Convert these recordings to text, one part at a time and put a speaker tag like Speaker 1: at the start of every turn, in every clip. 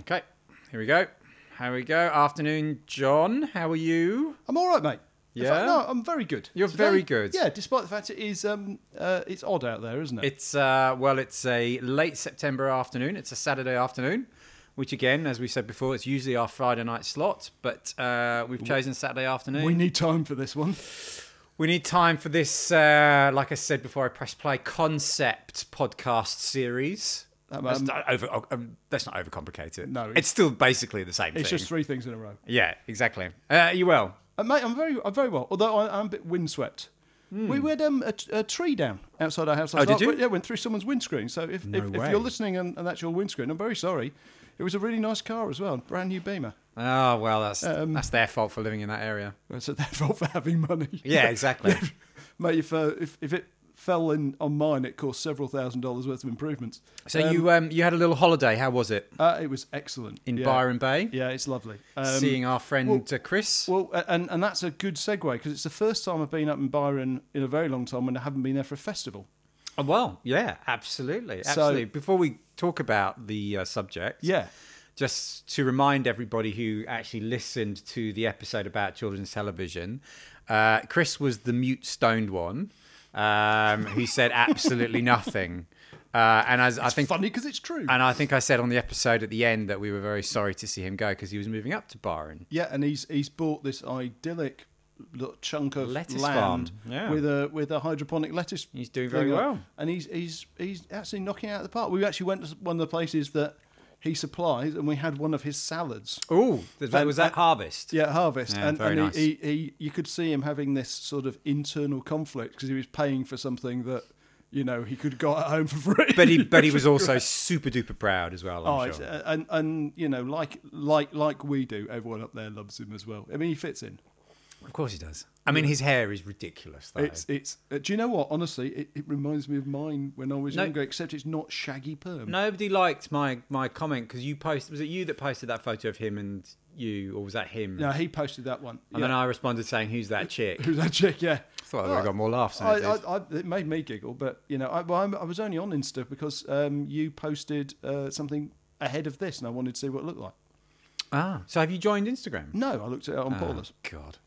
Speaker 1: Okay, here we go. Here we go. Afternoon, John. How are you?
Speaker 2: I'm all right, mate. In fact,
Speaker 1: Yeah?
Speaker 2: no, I'm very good.
Speaker 1: You're very good.
Speaker 2: Yeah, despite the fact it is um uh, it's odd out there, isn't it?
Speaker 1: It's uh, well, it's a late September afternoon. It's a Saturday afternoon, which again, as we said before, it's usually our Friday night slot, but uh, we've chosen Saturday afternoon.
Speaker 2: we need time for this one.
Speaker 1: We need time for this, uh, like I said before, I press play concept podcast series.
Speaker 2: Um,
Speaker 1: let's, not over, um, let's not overcomplicate it.
Speaker 2: No,
Speaker 1: it's still basically the same
Speaker 2: It's
Speaker 1: thing.
Speaker 2: just three things in a row.
Speaker 1: yeah, exactly. Uh, you will.
Speaker 2: Uh, mate, I'm very I'm very well. Although I, I'm a bit windswept. We we had um, a, t- a tree down outside our house. Last
Speaker 1: Hmm. Oh, did
Speaker 2: night.
Speaker 1: you?
Speaker 2: Yeah, went through someone's windscreen. So if
Speaker 1: No
Speaker 2: if, if
Speaker 1: way.
Speaker 2: you're listening and, and that's your windscreen, I'm very sorry. It was a really nice car as well, brand new Beamer.
Speaker 1: Oh well, that's
Speaker 2: Um,
Speaker 1: that's their fault for living in that area.
Speaker 2: That's their fault Uh, for having money.
Speaker 1: Yeah, exactly.
Speaker 2: mate. If uh, if if it fell in on mine, it cost several thousand dollars worth of improvements.
Speaker 1: So you um, you had a little holiday. How was it
Speaker 2: Uh, it was excellent
Speaker 1: in
Speaker 2: yeah.
Speaker 1: Byron Bay?
Speaker 2: Yeah, it's lovely. Um,
Speaker 1: Seeing our friend
Speaker 2: well-
Speaker 1: uh, Chris.
Speaker 2: well, a- and and that's a good segue because it's the first time I've been up in Byron in a very long time, and I haven't been there for a festival.
Speaker 1: Oh, well, yeah, absolutely,
Speaker 2: So-
Speaker 1: absolutely. Before we talk about the uh, subject,
Speaker 2: Yeah,
Speaker 1: just to remind everybody who actually listened to the episode about children's television, uh, Chris was the mute stoned one um, who said absolutely nothing. Uh, and as I
Speaker 2: it's
Speaker 1: think,
Speaker 2: funny because it's true.
Speaker 1: and I think I said on the episode at the end that we were very sorry to see him go because he was moving up to Byron.
Speaker 2: yeah, and he's he's bought this idyllic little chunk of
Speaker 1: Lettuce farm,
Speaker 2: land
Speaker 1: yeah.
Speaker 2: with a with a hydroponic lettuce.
Speaker 1: He's doing very
Speaker 2: thing on.
Speaker 1: well.
Speaker 2: and he's he's he's actually knocking it out of the park. We actually went to one of the places that he supplies, and we had one of his salads.
Speaker 1: Oh,
Speaker 2: And-
Speaker 1: was that
Speaker 2: and-
Speaker 1: harvest?
Speaker 2: Yeah, harvest,
Speaker 1: Yeah,
Speaker 2: and,
Speaker 1: very
Speaker 2: and
Speaker 1: nice.
Speaker 2: he, he, he, you could see him having this sort of internal conflict because he was paying for something that you know he could have got at home for free.
Speaker 1: But he, but he was also super duper proud as well. I'm
Speaker 2: Oh,
Speaker 1: sure.
Speaker 2: it's- uh, and and you know, like like like we do, everyone up there loves him as well. I mean, he fits in.
Speaker 1: Of course he does. I mean, his hair is ridiculous. Though.
Speaker 2: It's it's. Uh, do you know what? Honestly, it, it reminds me of mine when I was
Speaker 1: No.
Speaker 2: younger, except it's not shaggy perm.
Speaker 1: Nobody liked my my comment because you posted. Was it you that posted that photo of him and you, or was that him?
Speaker 2: No, he posted that one.
Speaker 1: And then I responded saying, "Who's that chick?"
Speaker 2: Who's that chick? Yeah.
Speaker 1: thought I would've got more laughs than
Speaker 2: I,
Speaker 1: it did.
Speaker 2: I, I, it made me giggle, but you know, I, well, I'm- I was only on Insta because um, you posted uh, something ahead of this, and I wanted to see what it looked like.
Speaker 1: ah, so have you joined Instagram? Oh,
Speaker 2: No, I looked at it on
Speaker 1: Ah.
Speaker 2: Paula's.
Speaker 1: God,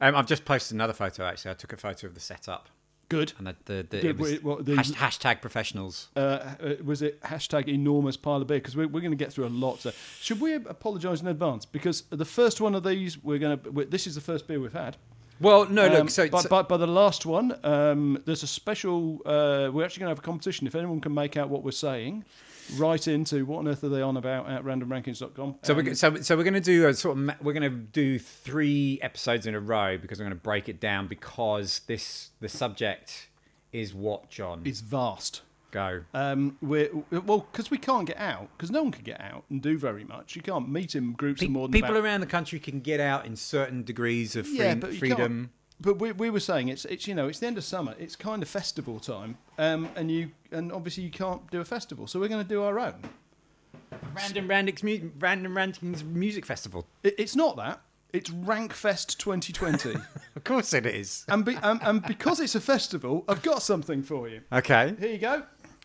Speaker 1: um, I've just posted another photo. Actually, I took a photo of the setup
Speaker 2: Good.
Speaker 1: and the the, the,
Speaker 2: Did
Speaker 1: it was
Speaker 2: we- what, the-
Speaker 1: hash- hashtag professionals.
Speaker 2: Uh, h- uh, was it hashtag enormous pile of beer? Because we're, we're going to get through a lot. So should we apologise in advance? Because the first one of these, we're going to. This is the first beer we've had.
Speaker 1: Well, no,
Speaker 2: Um,
Speaker 1: Oh, look. So,
Speaker 2: but,
Speaker 1: so-
Speaker 2: but, but the last one, um, there's a special. Uh, we're actually going to have a competition. If anyone can make out what we're saying, write into what on earth are they on about at randomrankings.com.
Speaker 1: So
Speaker 2: Um,
Speaker 1: we're go- so, so we're going to do a sort of ma- we're going to do three episodes in a row because I'm going to break it down because this the subject is what John
Speaker 2: is vast.
Speaker 1: go
Speaker 2: Um, we're well because we can't get out because no one can get out and do very much. You can't meet in groups
Speaker 1: Pe-
Speaker 2: of more than
Speaker 1: people
Speaker 2: about,
Speaker 1: around the country can get out in certain degrees of free-
Speaker 2: yeah, but you
Speaker 1: freedom.
Speaker 2: Can't, but we, we were saying it's it's you know it's the end of summer. It's kind of festival time, um, and you and obviously you can't do a festival, so we're going to do our own.
Speaker 1: Random Rantings, mu- Random Rantings Music Festival.
Speaker 2: It, it's not that. It's Rankfest 2020,
Speaker 1: Of course it is.
Speaker 2: and, be, and and because it's a festival, I've got something for you.
Speaker 1: Okay.
Speaker 2: Here you go.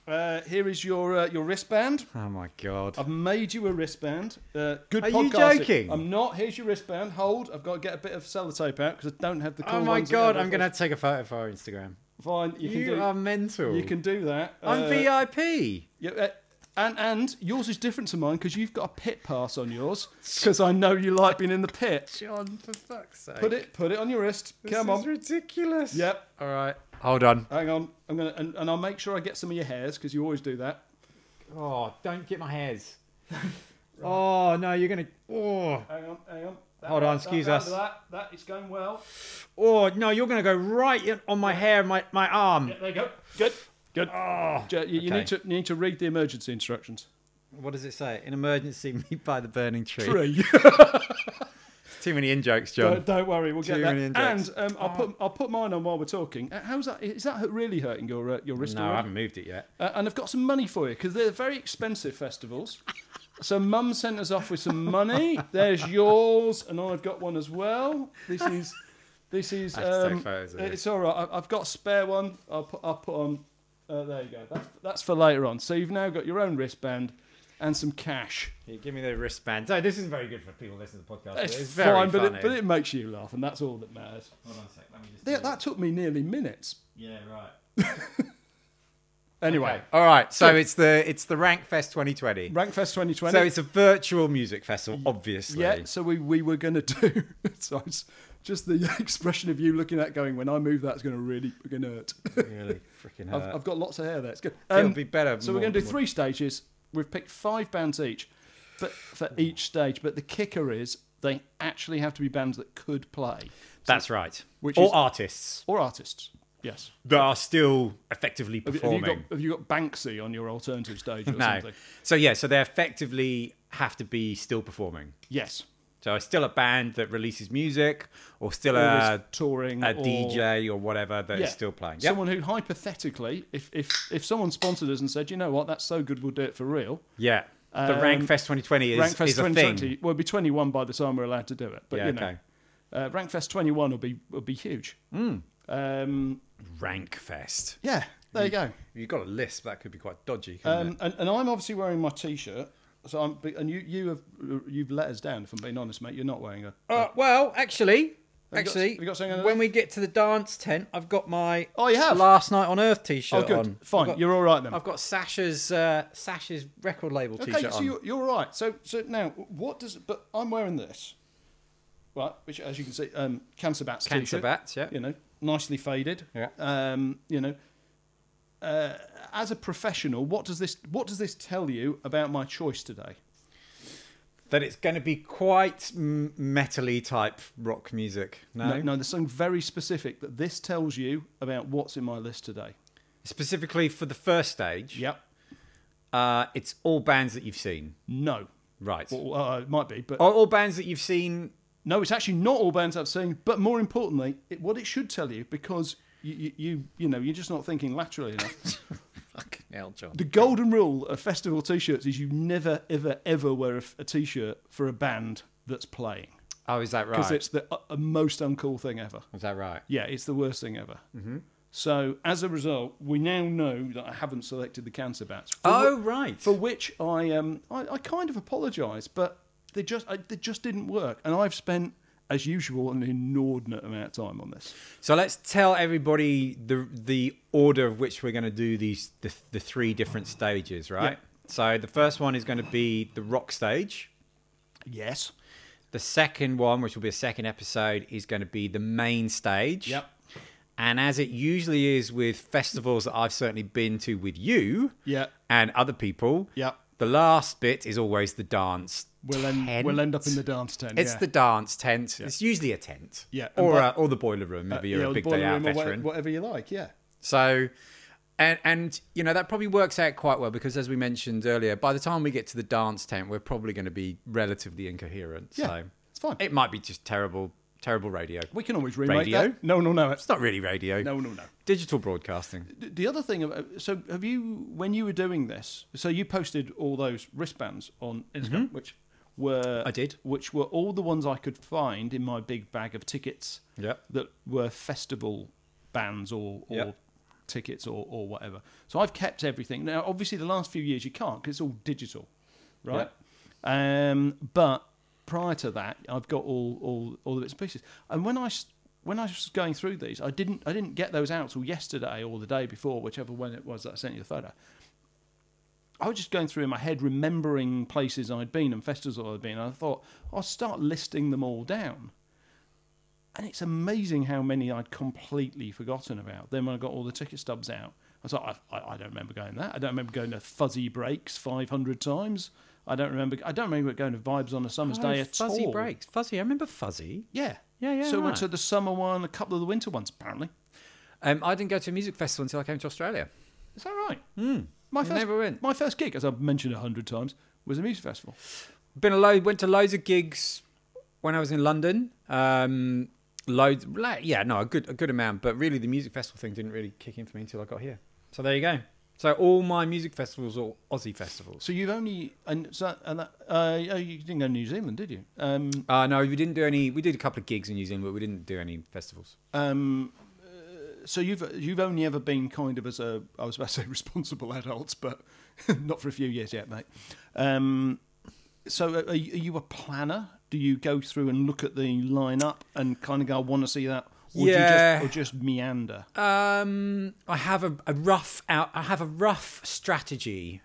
Speaker 2: Uh, here is your uh, your wristband.
Speaker 1: Oh my god.
Speaker 2: I've made you a wristband. Uh, good
Speaker 1: Are you
Speaker 2: podcasting.
Speaker 1: joking?
Speaker 2: I'm not. Here's your wristband. Hold. I've got to get a bit of sellotape out because I don't have the. Cool
Speaker 1: oh my
Speaker 2: ones that
Speaker 1: god.
Speaker 2: go
Speaker 1: I'm
Speaker 2: with
Speaker 1: going to
Speaker 2: it.
Speaker 1: have to take a photo for our Instagram.
Speaker 2: Fine. You,
Speaker 1: You,
Speaker 2: can do.
Speaker 1: are mental.
Speaker 2: you can do that.
Speaker 1: I'm
Speaker 2: Uh,
Speaker 1: VIP.
Speaker 2: Yeah, uh, and and yours is different to mine because you've got a pit pass on yours because I know you like being in the pit.
Speaker 1: John, for fuck's sake.
Speaker 2: Put it, put it on your wrist.
Speaker 1: This
Speaker 2: Come
Speaker 1: is
Speaker 2: on.
Speaker 1: ridiculous.
Speaker 2: Yep.
Speaker 1: All right. Hold on.
Speaker 2: Hang on. I'm gonna and, and I'll make sure I get some of your hairs because you always do that.
Speaker 1: Oh, don't get my hairs. Oh no, you're gonna. Oh,
Speaker 2: Hang on. Hang on. That-
Speaker 1: Hold on,
Speaker 2: that-
Speaker 1: excuse
Speaker 2: that-
Speaker 1: us.
Speaker 2: That, that is going well.
Speaker 1: oh no, you're gonna go right in- on my hair, my my arm.
Speaker 2: Yeah, there you go. Good. Good.
Speaker 1: Oh.
Speaker 2: Jo- You, you
Speaker 1: Okay.
Speaker 2: need to you need to read the emergency instructions.
Speaker 1: What does it say? An emergency, meet by the burning tree.
Speaker 2: Three.
Speaker 1: Too many in jokes, John.
Speaker 2: don't, don't worry, we'll
Speaker 1: Too
Speaker 2: get
Speaker 1: many
Speaker 2: that.
Speaker 1: injects.
Speaker 2: And um, I'll put
Speaker 1: Ah.
Speaker 2: I'll put mine on while we're talking. Uh, How's that? Is that really hurting your uh, your wrist?
Speaker 1: No, I
Speaker 2: already?
Speaker 1: haven't moved it yet.
Speaker 2: Uh, and I've got some money for you because they're very expensive festivals. So mum sent us off with some money. There's yours, and I've got one as well. This is, this is.
Speaker 1: I have to take
Speaker 2: Um,
Speaker 1: photos of this.
Speaker 2: it's all right. I- I've got a spare one. I'll put. I'll put on. Uh, there you go. That's, that's for later on. So you've now got your own wristband, and some cash.
Speaker 1: You give me the wristbands. Oh, this isn't very good for people listening to the podcast. but
Speaker 2: It's,
Speaker 1: It's, very
Speaker 2: fine,
Speaker 1: funny.
Speaker 2: but it, but it makes you laugh, and that's all that matters.
Speaker 1: Hold on a sec. Let me just. do
Speaker 2: That, that took me nearly minutes.
Speaker 1: it. Yeah, right.
Speaker 2: Anyway,
Speaker 1: Okay. All right. So it's the it's the Rank Fest 2020.
Speaker 2: Rankfest 2020.
Speaker 1: So it's a virtual music festival, obviously.
Speaker 2: yeah, so we, we were going to do. so it's just the expression of you looking at going, when I move, that's going to really going to hurt.
Speaker 1: Really freaking hurt.
Speaker 2: I've, I've got lots of hair there. It's good.
Speaker 1: Uh, It'll
Speaker 2: Um,
Speaker 1: be better.
Speaker 2: So we're
Speaker 1: more-
Speaker 2: going to do
Speaker 1: more-
Speaker 2: three stages. We've picked five bands each, but for
Speaker 1: Mm.
Speaker 2: each stage. But the kicker is they actually have to be bands that could play
Speaker 1: That's right.
Speaker 2: Which
Speaker 1: or
Speaker 2: is-
Speaker 1: artists
Speaker 2: or artists. Yes.
Speaker 1: that are still effectively
Speaker 2: Have, have you
Speaker 1: performing.
Speaker 2: got have you got Banksy on your alternative stage or
Speaker 1: no.
Speaker 2: something?
Speaker 1: So yeah, so they effectively have to be still performing.
Speaker 2: Yes.
Speaker 1: So it's still a band that releases music, or still
Speaker 2: Or is
Speaker 1: a,
Speaker 2: touring
Speaker 1: Uh, a
Speaker 2: or-
Speaker 1: DJ or whatever that is
Speaker 2: Yeah.
Speaker 1: still playing. Yep.
Speaker 2: Someone who hypothetically, if if if someone sponsored us and said, you know what, that's so good, we'll do it for real.
Speaker 1: yeah. The
Speaker 2: Um,
Speaker 1: Rank Fest 2020 is,
Speaker 2: Rankfest
Speaker 1: is a thing.
Speaker 2: 2020 will be 21 by the time we're allowed to do it. But
Speaker 1: Yeah,
Speaker 2: you know,
Speaker 1: okay. Hmm.
Speaker 2: uh, Rankfest 21 will be will be huge. Um,
Speaker 1: Rank Fest.
Speaker 2: yeah, there you go.
Speaker 1: You've got a lisp. That could be quite dodgy. couldn't
Speaker 2: Um, and, and I'm obviously wearing my T-shirt. So I'm, but- and you, you have, you've let us down. If I'm being honest, mate, you're not wearing a.
Speaker 1: it? Uh, well, actually,
Speaker 2: Have you got-
Speaker 1: actually,
Speaker 2: have you got something under
Speaker 1: when we get to the dance tent, I've got my
Speaker 2: Oh, you have?
Speaker 1: Last Night on Earth T-shirt
Speaker 2: oh, good.
Speaker 1: on.
Speaker 2: Fine,
Speaker 1: I've got,
Speaker 2: you're all right then.
Speaker 1: I've got Sasha's uh, Sasha's record label
Speaker 2: okay,
Speaker 1: T-shirt
Speaker 2: so
Speaker 1: on.
Speaker 2: you're, you're all right. So, so now, what does? But I'm wearing this, right? Which, as you can see, um, cancer bats.
Speaker 1: Cancer
Speaker 2: T-shirt,
Speaker 1: bats. Yeah.
Speaker 2: You know, nicely faded.
Speaker 1: Yeah.
Speaker 2: Um, you know, uh, as a professional, what does this? What does this tell you about my choice today?
Speaker 1: That it's going to be quite m- metally type rock music. No?
Speaker 2: No, no, there's something very specific that this tells you about what's in my list today.
Speaker 1: Specifically for the first stage,
Speaker 2: Yep.
Speaker 1: uh, it's all bands that you've seen.
Speaker 2: No.
Speaker 1: Right.
Speaker 2: Well, uh, it might be, but
Speaker 1: Are all bands that you've seen
Speaker 2: no, it's actually not all bands I've seen. But more importantly, it, what it should tell you, because you, you, you, you know, you're just not thinking laterally enough.
Speaker 1: Fucking hell, John.
Speaker 2: the golden rule of festival t-shirts is you never, ever, ever wear a, f- a t-shirt for a band that's playing
Speaker 1: Oh, is that
Speaker 2: because
Speaker 1: right?
Speaker 2: it's the uh, uh, most uncool thing ever.
Speaker 1: Is that right?
Speaker 2: Yeah, it's the worst thing ever. Mm-hmm. So as a result, we now know that I haven't selected the cancer bats. For
Speaker 1: Oh, right.
Speaker 2: for which I um I, I kind of apologise, but they just I, they just didn't work, and I've spent as usual an inordinate amount of time on this.
Speaker 1: So let's tell everybody the the order of which we're going to do these the, the three different stages, right? So the first one is going to be the rock stage.
Speaker 2: Yes.
Speaker 1: The second one, which will be a second episode, is going to be the main stage.
Speaker 2: Yep.
Speaker 1: And as it usually is with festivals that I've certainly been to with you
Speaker 2: Yeah.
Speaker 1: and other people,
Speaker 2: Yep.
Speaker 1: the last bit is always the dance.
Speaker 2: We'll end
Speaker 1: tent.
Speaker 2: we'll end up in the dance tent.
Speaker 1: It's
Speaker 2: yeah.
Speaker 1: the dance tent. It's usually a tent.
Speaker 2: Yeah, and
Speaker 1: Or,
Speaker 2: by-
Speaker 1: uh, or the boiler room if
Speaker 2: Yeah,
Speaker 1: you're
Speaker 2: or
Speaker 1: a
Speaker 2: the
Speaker 1: big
Speaker 2: boiler
Speaker 1: day out
Speaker 2: room or wha-
Speaker 1: veteran.
Speaker 2: Whatever you like. Yeah.
Speaker 1: So, and and you know that probably works out quite well because as we mentioned earlier, by the time we get to the dance tent, we're probably going to be relatively incoherent.
Speaker 2: Yeah.
Speaker 1: So
Speaker 2: It's fine.
Speaker 1: it might be just terrible, terrible radio.
Speaker 2: we can always remake
Speaker 1: Radio?
Speaker 2: that. No, no, no. It's
Speaker 1: It's not really radio.
Speaker 2: no, no, no.
Speaker 1: Digital broadcasting.
Speaker 2: The- The other thing, uh, so have you when you were doing this? So you posted all those wristbands on Instagram, which were
Speaker 1: I did.
Speaker 2: which were all the ones I could find in my big bag of tickets.
Speaker 1: Yep.
Speaker 2: that were festival bands or, or
Speaker 1: Yep.
Speaker 2: tickets or, or whatever. So I've kept everything. Now, obviously, the last few years you can't because it's all digital, right? Um, but prior to that, I've got all, all, all the bits and pieces. And when I s- when I was going through these, I didn't I didn't get those out till yesterday or the day before, whichever when it was that I sent you the photo. I was just going through in my head, remembering places I'd been and festivals I'd been. And I thought I'll start listing them all down. And it's amazing how many I'd completely forgotten about. Then when I got all the ticket stubs out, I was like, I, I, I don't remember going that. I don't remember going to Fuzzy Breaks 500 times. I don't remember. I don't remember going to Vibes on a Summer's Day at
Speaker 1: Oh, fuzzy
Speaker 2: all.
Speaker 1: breaks. Fuzzy. I remember fuzzy.
Speaker 2: Yeah.
Speaker 1: Yeah, yeah,
Speaker 2: So I went
Speaker 1: right.
Speaker 2: to the summer one, a couple of the winter ones, apparently.
Speaker 1: Um, I didn't go to a music festival until I came to Australia.
Speaker 2: Is that right? My first,
Speaker 1: never went.
Speaker 2: My first gig, as I've mentioned a hundred times, was a music festival.
Speaker 1: Been a load. Went to loads of gigs when I was in London. Um, loads. la- Yeah, no, a good a good amount. But really, the music festival thing didn't really kick in for me until I got here. So there you go. So all my music festivals are Aussie festivals.
Speaker 2: So you've only and so and that, uh, oh, you didn't go to New Zealand, did you? Um,
Speaker 1: Uh, no, we didn't do any. We did a couple of gigs in New Zealand, but we didn't do any festivals.
Speaker 2: Um, uh, so you've you've only ever been kind of as a I was about to say responsible adults, but Not for a few years yet, mate. Um, so, are, are you a planner? Do you go through and look at the lineup and kind of go, I want to see that? Or
Speaker 1: Yeah.
Speaker 2: Do you just, or just meander?
Speaker 1: Um, I have a, a rough out. I have a rough strategy.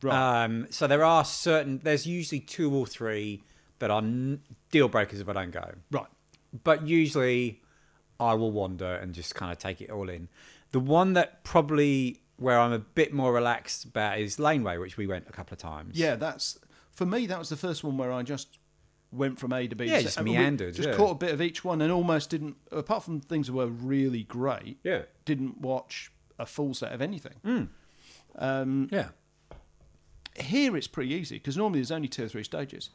Speaker 2: Right.
Speaker 1: Um, so there are certain. There's usually two or three that are n- deal breakers if I don't go.
Speaker 2: right.
Speaker 1: But usually, I will wander and just kind of take it all in. The one that probably where I'm a bit more relaxed about is Laneway, which we went a couple of times.
Speaker 2: Yeah, that's for me. That was the first one where I just went from A to B.
Speaker 1: Yeah,
Speaker 2: So-
Speaker 1: just
Speaker 2: I mean, we
Speaker 1: meandered,
Speaker 2: Just
Speaker 1: yeah.
Speaker 2: caught a bit of each one, and almost didn't. Apart from things that were really great,
Speaker 1: Yeah. Mm.
Speaker 2: didn't watch a full set of anything.
Speaker 1: Yeah.
Speaker 2: Here it's pretty easy because normally there's only two or three stages.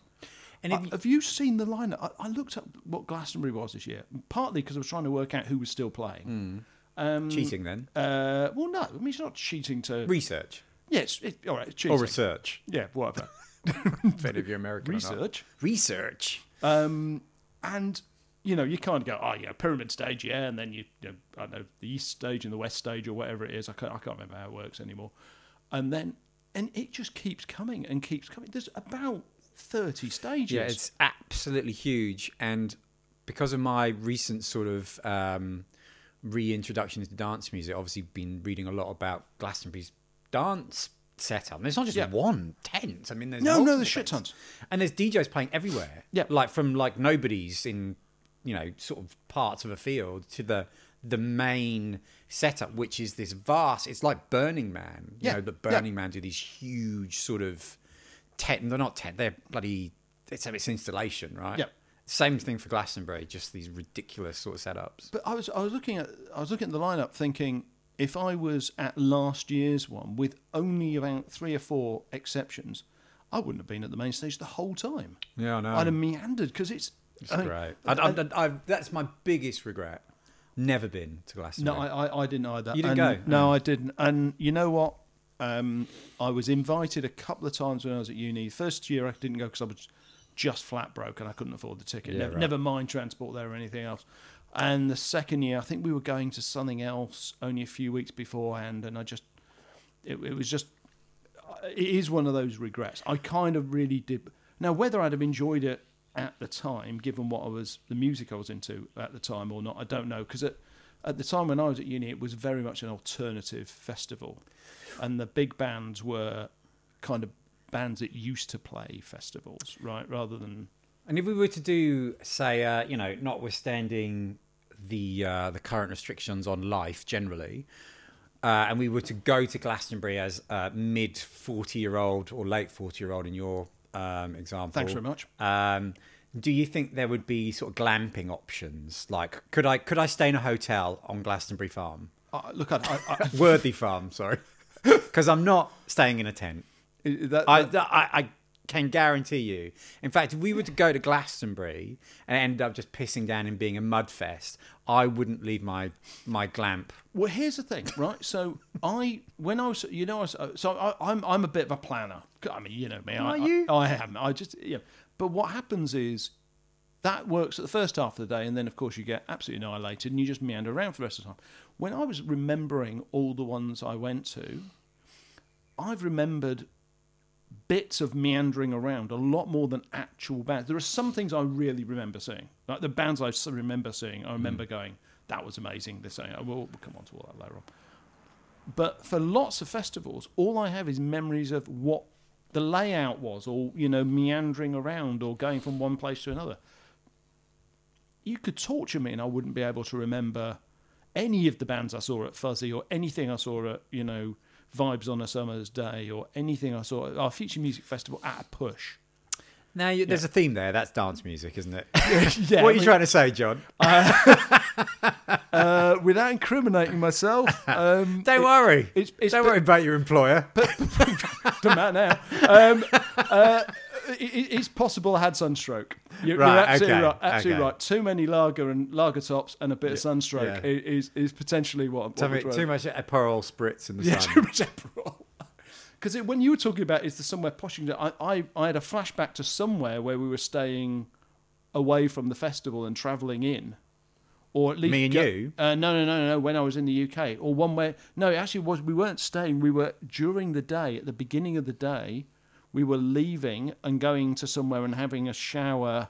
Speaker 1: And
Speaker 2: I-
Speaker 1: if you-
Speaker 2: have you seen the lineup? I, I looked up what Glastonbury was this year, partly because I was trying to work out who was still playing. Um,
Speaker 1: cheating then.
Speaker 2: Uh, well, no, I mean it's not cheating to.
Speaker 1: Research
Speaker 2: yes, it, all right, it's cheating.
Speaker 1: or research.
Speaker 2: yeah, whatever.
Speaker 1: Depending if you're American or not.
Speaker 2: Research.
Speaker 1: Research.
Speaker 2: Um, and you know, you can't go, oh yeah, pyramid stage, yeah, and then you, you know, I don't know the east stage and the west stage or whatever it is. I can't, I can't remember how it works anymore. And then, and it just keeps coming and keeps coming. There's about thirty stages.
Speaker 1: Yeah, it's absolutely huge. And because of my recent sort of um, reintroduction into dance music, obviously been reading a lot about Glastonbury's dance setup. And it's not just
Speaker 2: Yeah.
Speaker 1: one tent. I mean, there's
Speaker 2: no, no,
Speaker 1: multiple
Speaker 2: there's shit
Speaker 1: tents.
Speaker 2: tons.
Speaker 1: And there's DJs playing everywhere.
Speaker 2: Yeah.
Speaker 1: Like from like nobodies in, you know, sort of parts of a field to the the main setup, which is this vast it's like Burning Man. You
Speaker 2: Yeah,
Speaker 1: know, the
Speaker 2: yeah.
Speaker 1: Burning Man do these huge sort of tent they're not tent, they're bloody it's it's installation, right?
Speaker 2: Yeah.
Speaker 1: Same thing for Glastonbury, just these ridiculous sort of setups.
Speaker 2: But I was, I was looking at, I was looking at the lineup, thinking if I was at last year's one with only about three or four exceptions, I wouldn't have been at the main stage the whole time.
Speaker 1: Yeah, I know.
Speaker 2: I'd have meandered because it's.
Speaker 1: Um, It's great. I, I, I, I, that's my biggest regret. Never been to Glastonbury.
Speaker 2: No, I, I, I didn't either.
Speaker 1: You didn't
Speaker 2: And-
Speaker 1: go?
Speaker 2: No, I didn't. And you know what? Um, I was invited a couple of times when I was at uni. First year I didn't go because I was just flat broke and I couldn't afford the ticket.
Speaker 1: Yeah,
Speaker 2: never,
Speaker 1: right.
Speaker 2: never mind transport there or anything else. And the second year, I think we were going to something else only a few weeks beforehand, and I just, it, it was just, it is one of those regrets. I kind of really did. Now, whether I'd have enjoyed it at the time, given what I was, the music I was into at the time or not, I don't know. Because at, at the time when I was at uni, it was very much an alternative festival. And the big bands were kind of bands that used to play festivals, right? Rather than.
Speaker 1: And if we were to do, say, uh, you know, notwithstanding the uh, the current restrictions on life generally, uh, and we were to go to Glastonbury as a mid forty year old or late forty year old in your um, example,
Speaker 2: Thanks very much.
Speaker 1: Um, do you think there would be sort of glamping options? Like, could I could I stay in a hotel on Glastonbury Farm,
Speaker 2: I look, I, I, I,
Speaker 1: Worthy Farm? Sorry, because I'm not staying in a tent.
Speaker 2: that,
Speaker 1: I, th- I, I can guarantee you. In fact, if we were to go to Glastonbury and end up just pissing down and being a mud fest, I wouldn't leave my my glamp.
Speaker 2: Well, here's the thing, right? So I, when I was, you know, I was, uh, so I, I'm, I'm a bit of a planner. I mean, you know me. I,
Speaker 1: Are you?
Speaker 2: I, I am. I just, yeah. But what happens is that works at the first half of the day, and then of course you get absolutely annihilated, and you just meander around for the rest of the time. When I was remembering all the ones I went to, I've remembered bits of meandering around a lot more than actual bands. There are some things I really remember seeing, like the bands I s- remember seeing. I remember going, "That was amazing." This, thing." we'll, we'll come on to all that later on. But for lots of festivals, all I have is memories of what the layout was, or you know, meandering around, or going from one place to another. You could torture me, and I wouldn't be able to remember any of the bands I saw at Fuzzy, or anything I saw at you know Vibes on a Summer's Day, or anything I saw at our Future Music Festival at a push.
Speaker 1: Now, you, there's a theme there. That's dance music, isn't it?
Speaker 2: yeah,
Speaker 1: what are you
Speaker 2: we-
Speaker 1: trying to say, John?
Speaker 2: uh, without incriminating myself, um,
Speaker 1: Don't worry.
Speaker 2: it's- it's
Speaker 1: Don't
Speaker 2: been-
Speaker 1: worry about your employer.
Speaker 2: Doesn't matter now. Um, uh, it, it- it's possible I had sunstroke. You're,
Speaker 1: Right,
Speaker 2: you're absolutely
Speaker 1: okay,
Speaker 2: right. Absolutely
Speaker 1: okay.
Speaker 2: right. Too many lager and lager tops and a bit of sunstroke
Speaker 1: yeah.
Speaker 2: i- is is potentially what. I'm
Speaker 1: Tell me, too much Aperol spritz in the
Speaker 2: yeah, too
Speaker 1: sun.
Speaker 2: much Aperol. Because when you were talking about is there somewhere posh you can go, I, I, I had a flashback to somewhere where we were staying away from the festival and travelling in, or at least
Speaker 1: Me and
Speaker 2: go-
Speaker 1: you?
Speaker 2: Uh, no, no, no, no. When I was in the UK, or one where no, it actually was we weren't staying. We were during the day at the beginning of the day, we were leaving and going to somewhere and having a shower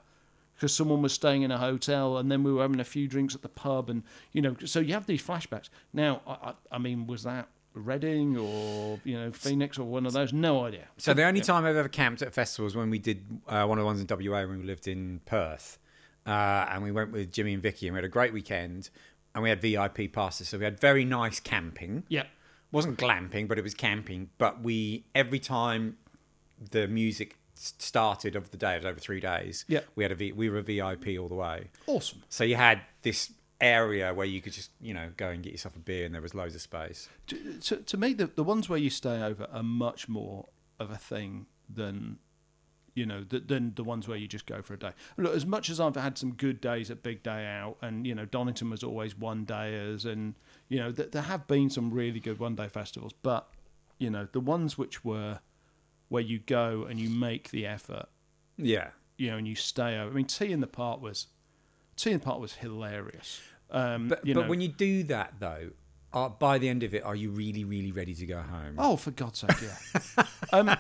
Speaker 2: because someone was staying in a hotel, and then we were having a few drinks at the pub, and you know, so you have these flashbacks. Now, I, I, I mean, was that Reading or you know Phoenix or one of those? No idea.
Speaker 1: So the only time I've ever camped at festivals when we did uh, one of the ones in WA when we lived in Perth, uh, and we went with Jimmy and Vicky, and we had a great weekend, and we had VIP passes, so we had very nice camping.
Speaker 2: Yep.
Speaker 1: wasn't glamping, but it was camping. But we every time the music s- started of the day, it was over three days.
Speaker 2: Yeah.
Speaker 1: we had a v, we were a VIP all the way.
Speaker 2: Awesome.
Speaker 1: So you had this area where you could just you know go and get yourself a beer, and there was loads of space.
Speaker 2: to, to, to me, the, the ones where you stay over are much more of a thing than you know th than the ones where you just go for a day. Look, as much as I've had some good days at Big Day Out, and you know Donington was always one dayers, and you know th- there have been some really good one day festivals, but you know the ones which were where you go and you make the effort
Speaker 1: Yeah,
Speaker 2: you know, and you stay over. I mean, tea in the park was tea in the park was hilarious. Um,
Speaker 1: but
Speaker 2: you
Speaker 1: but
Speaker 2: know,
Speaker 1: when you do that though, are, by the end of it, are you really really ready to go home?
Speaker 2: oh, for God's sake, yeah. um,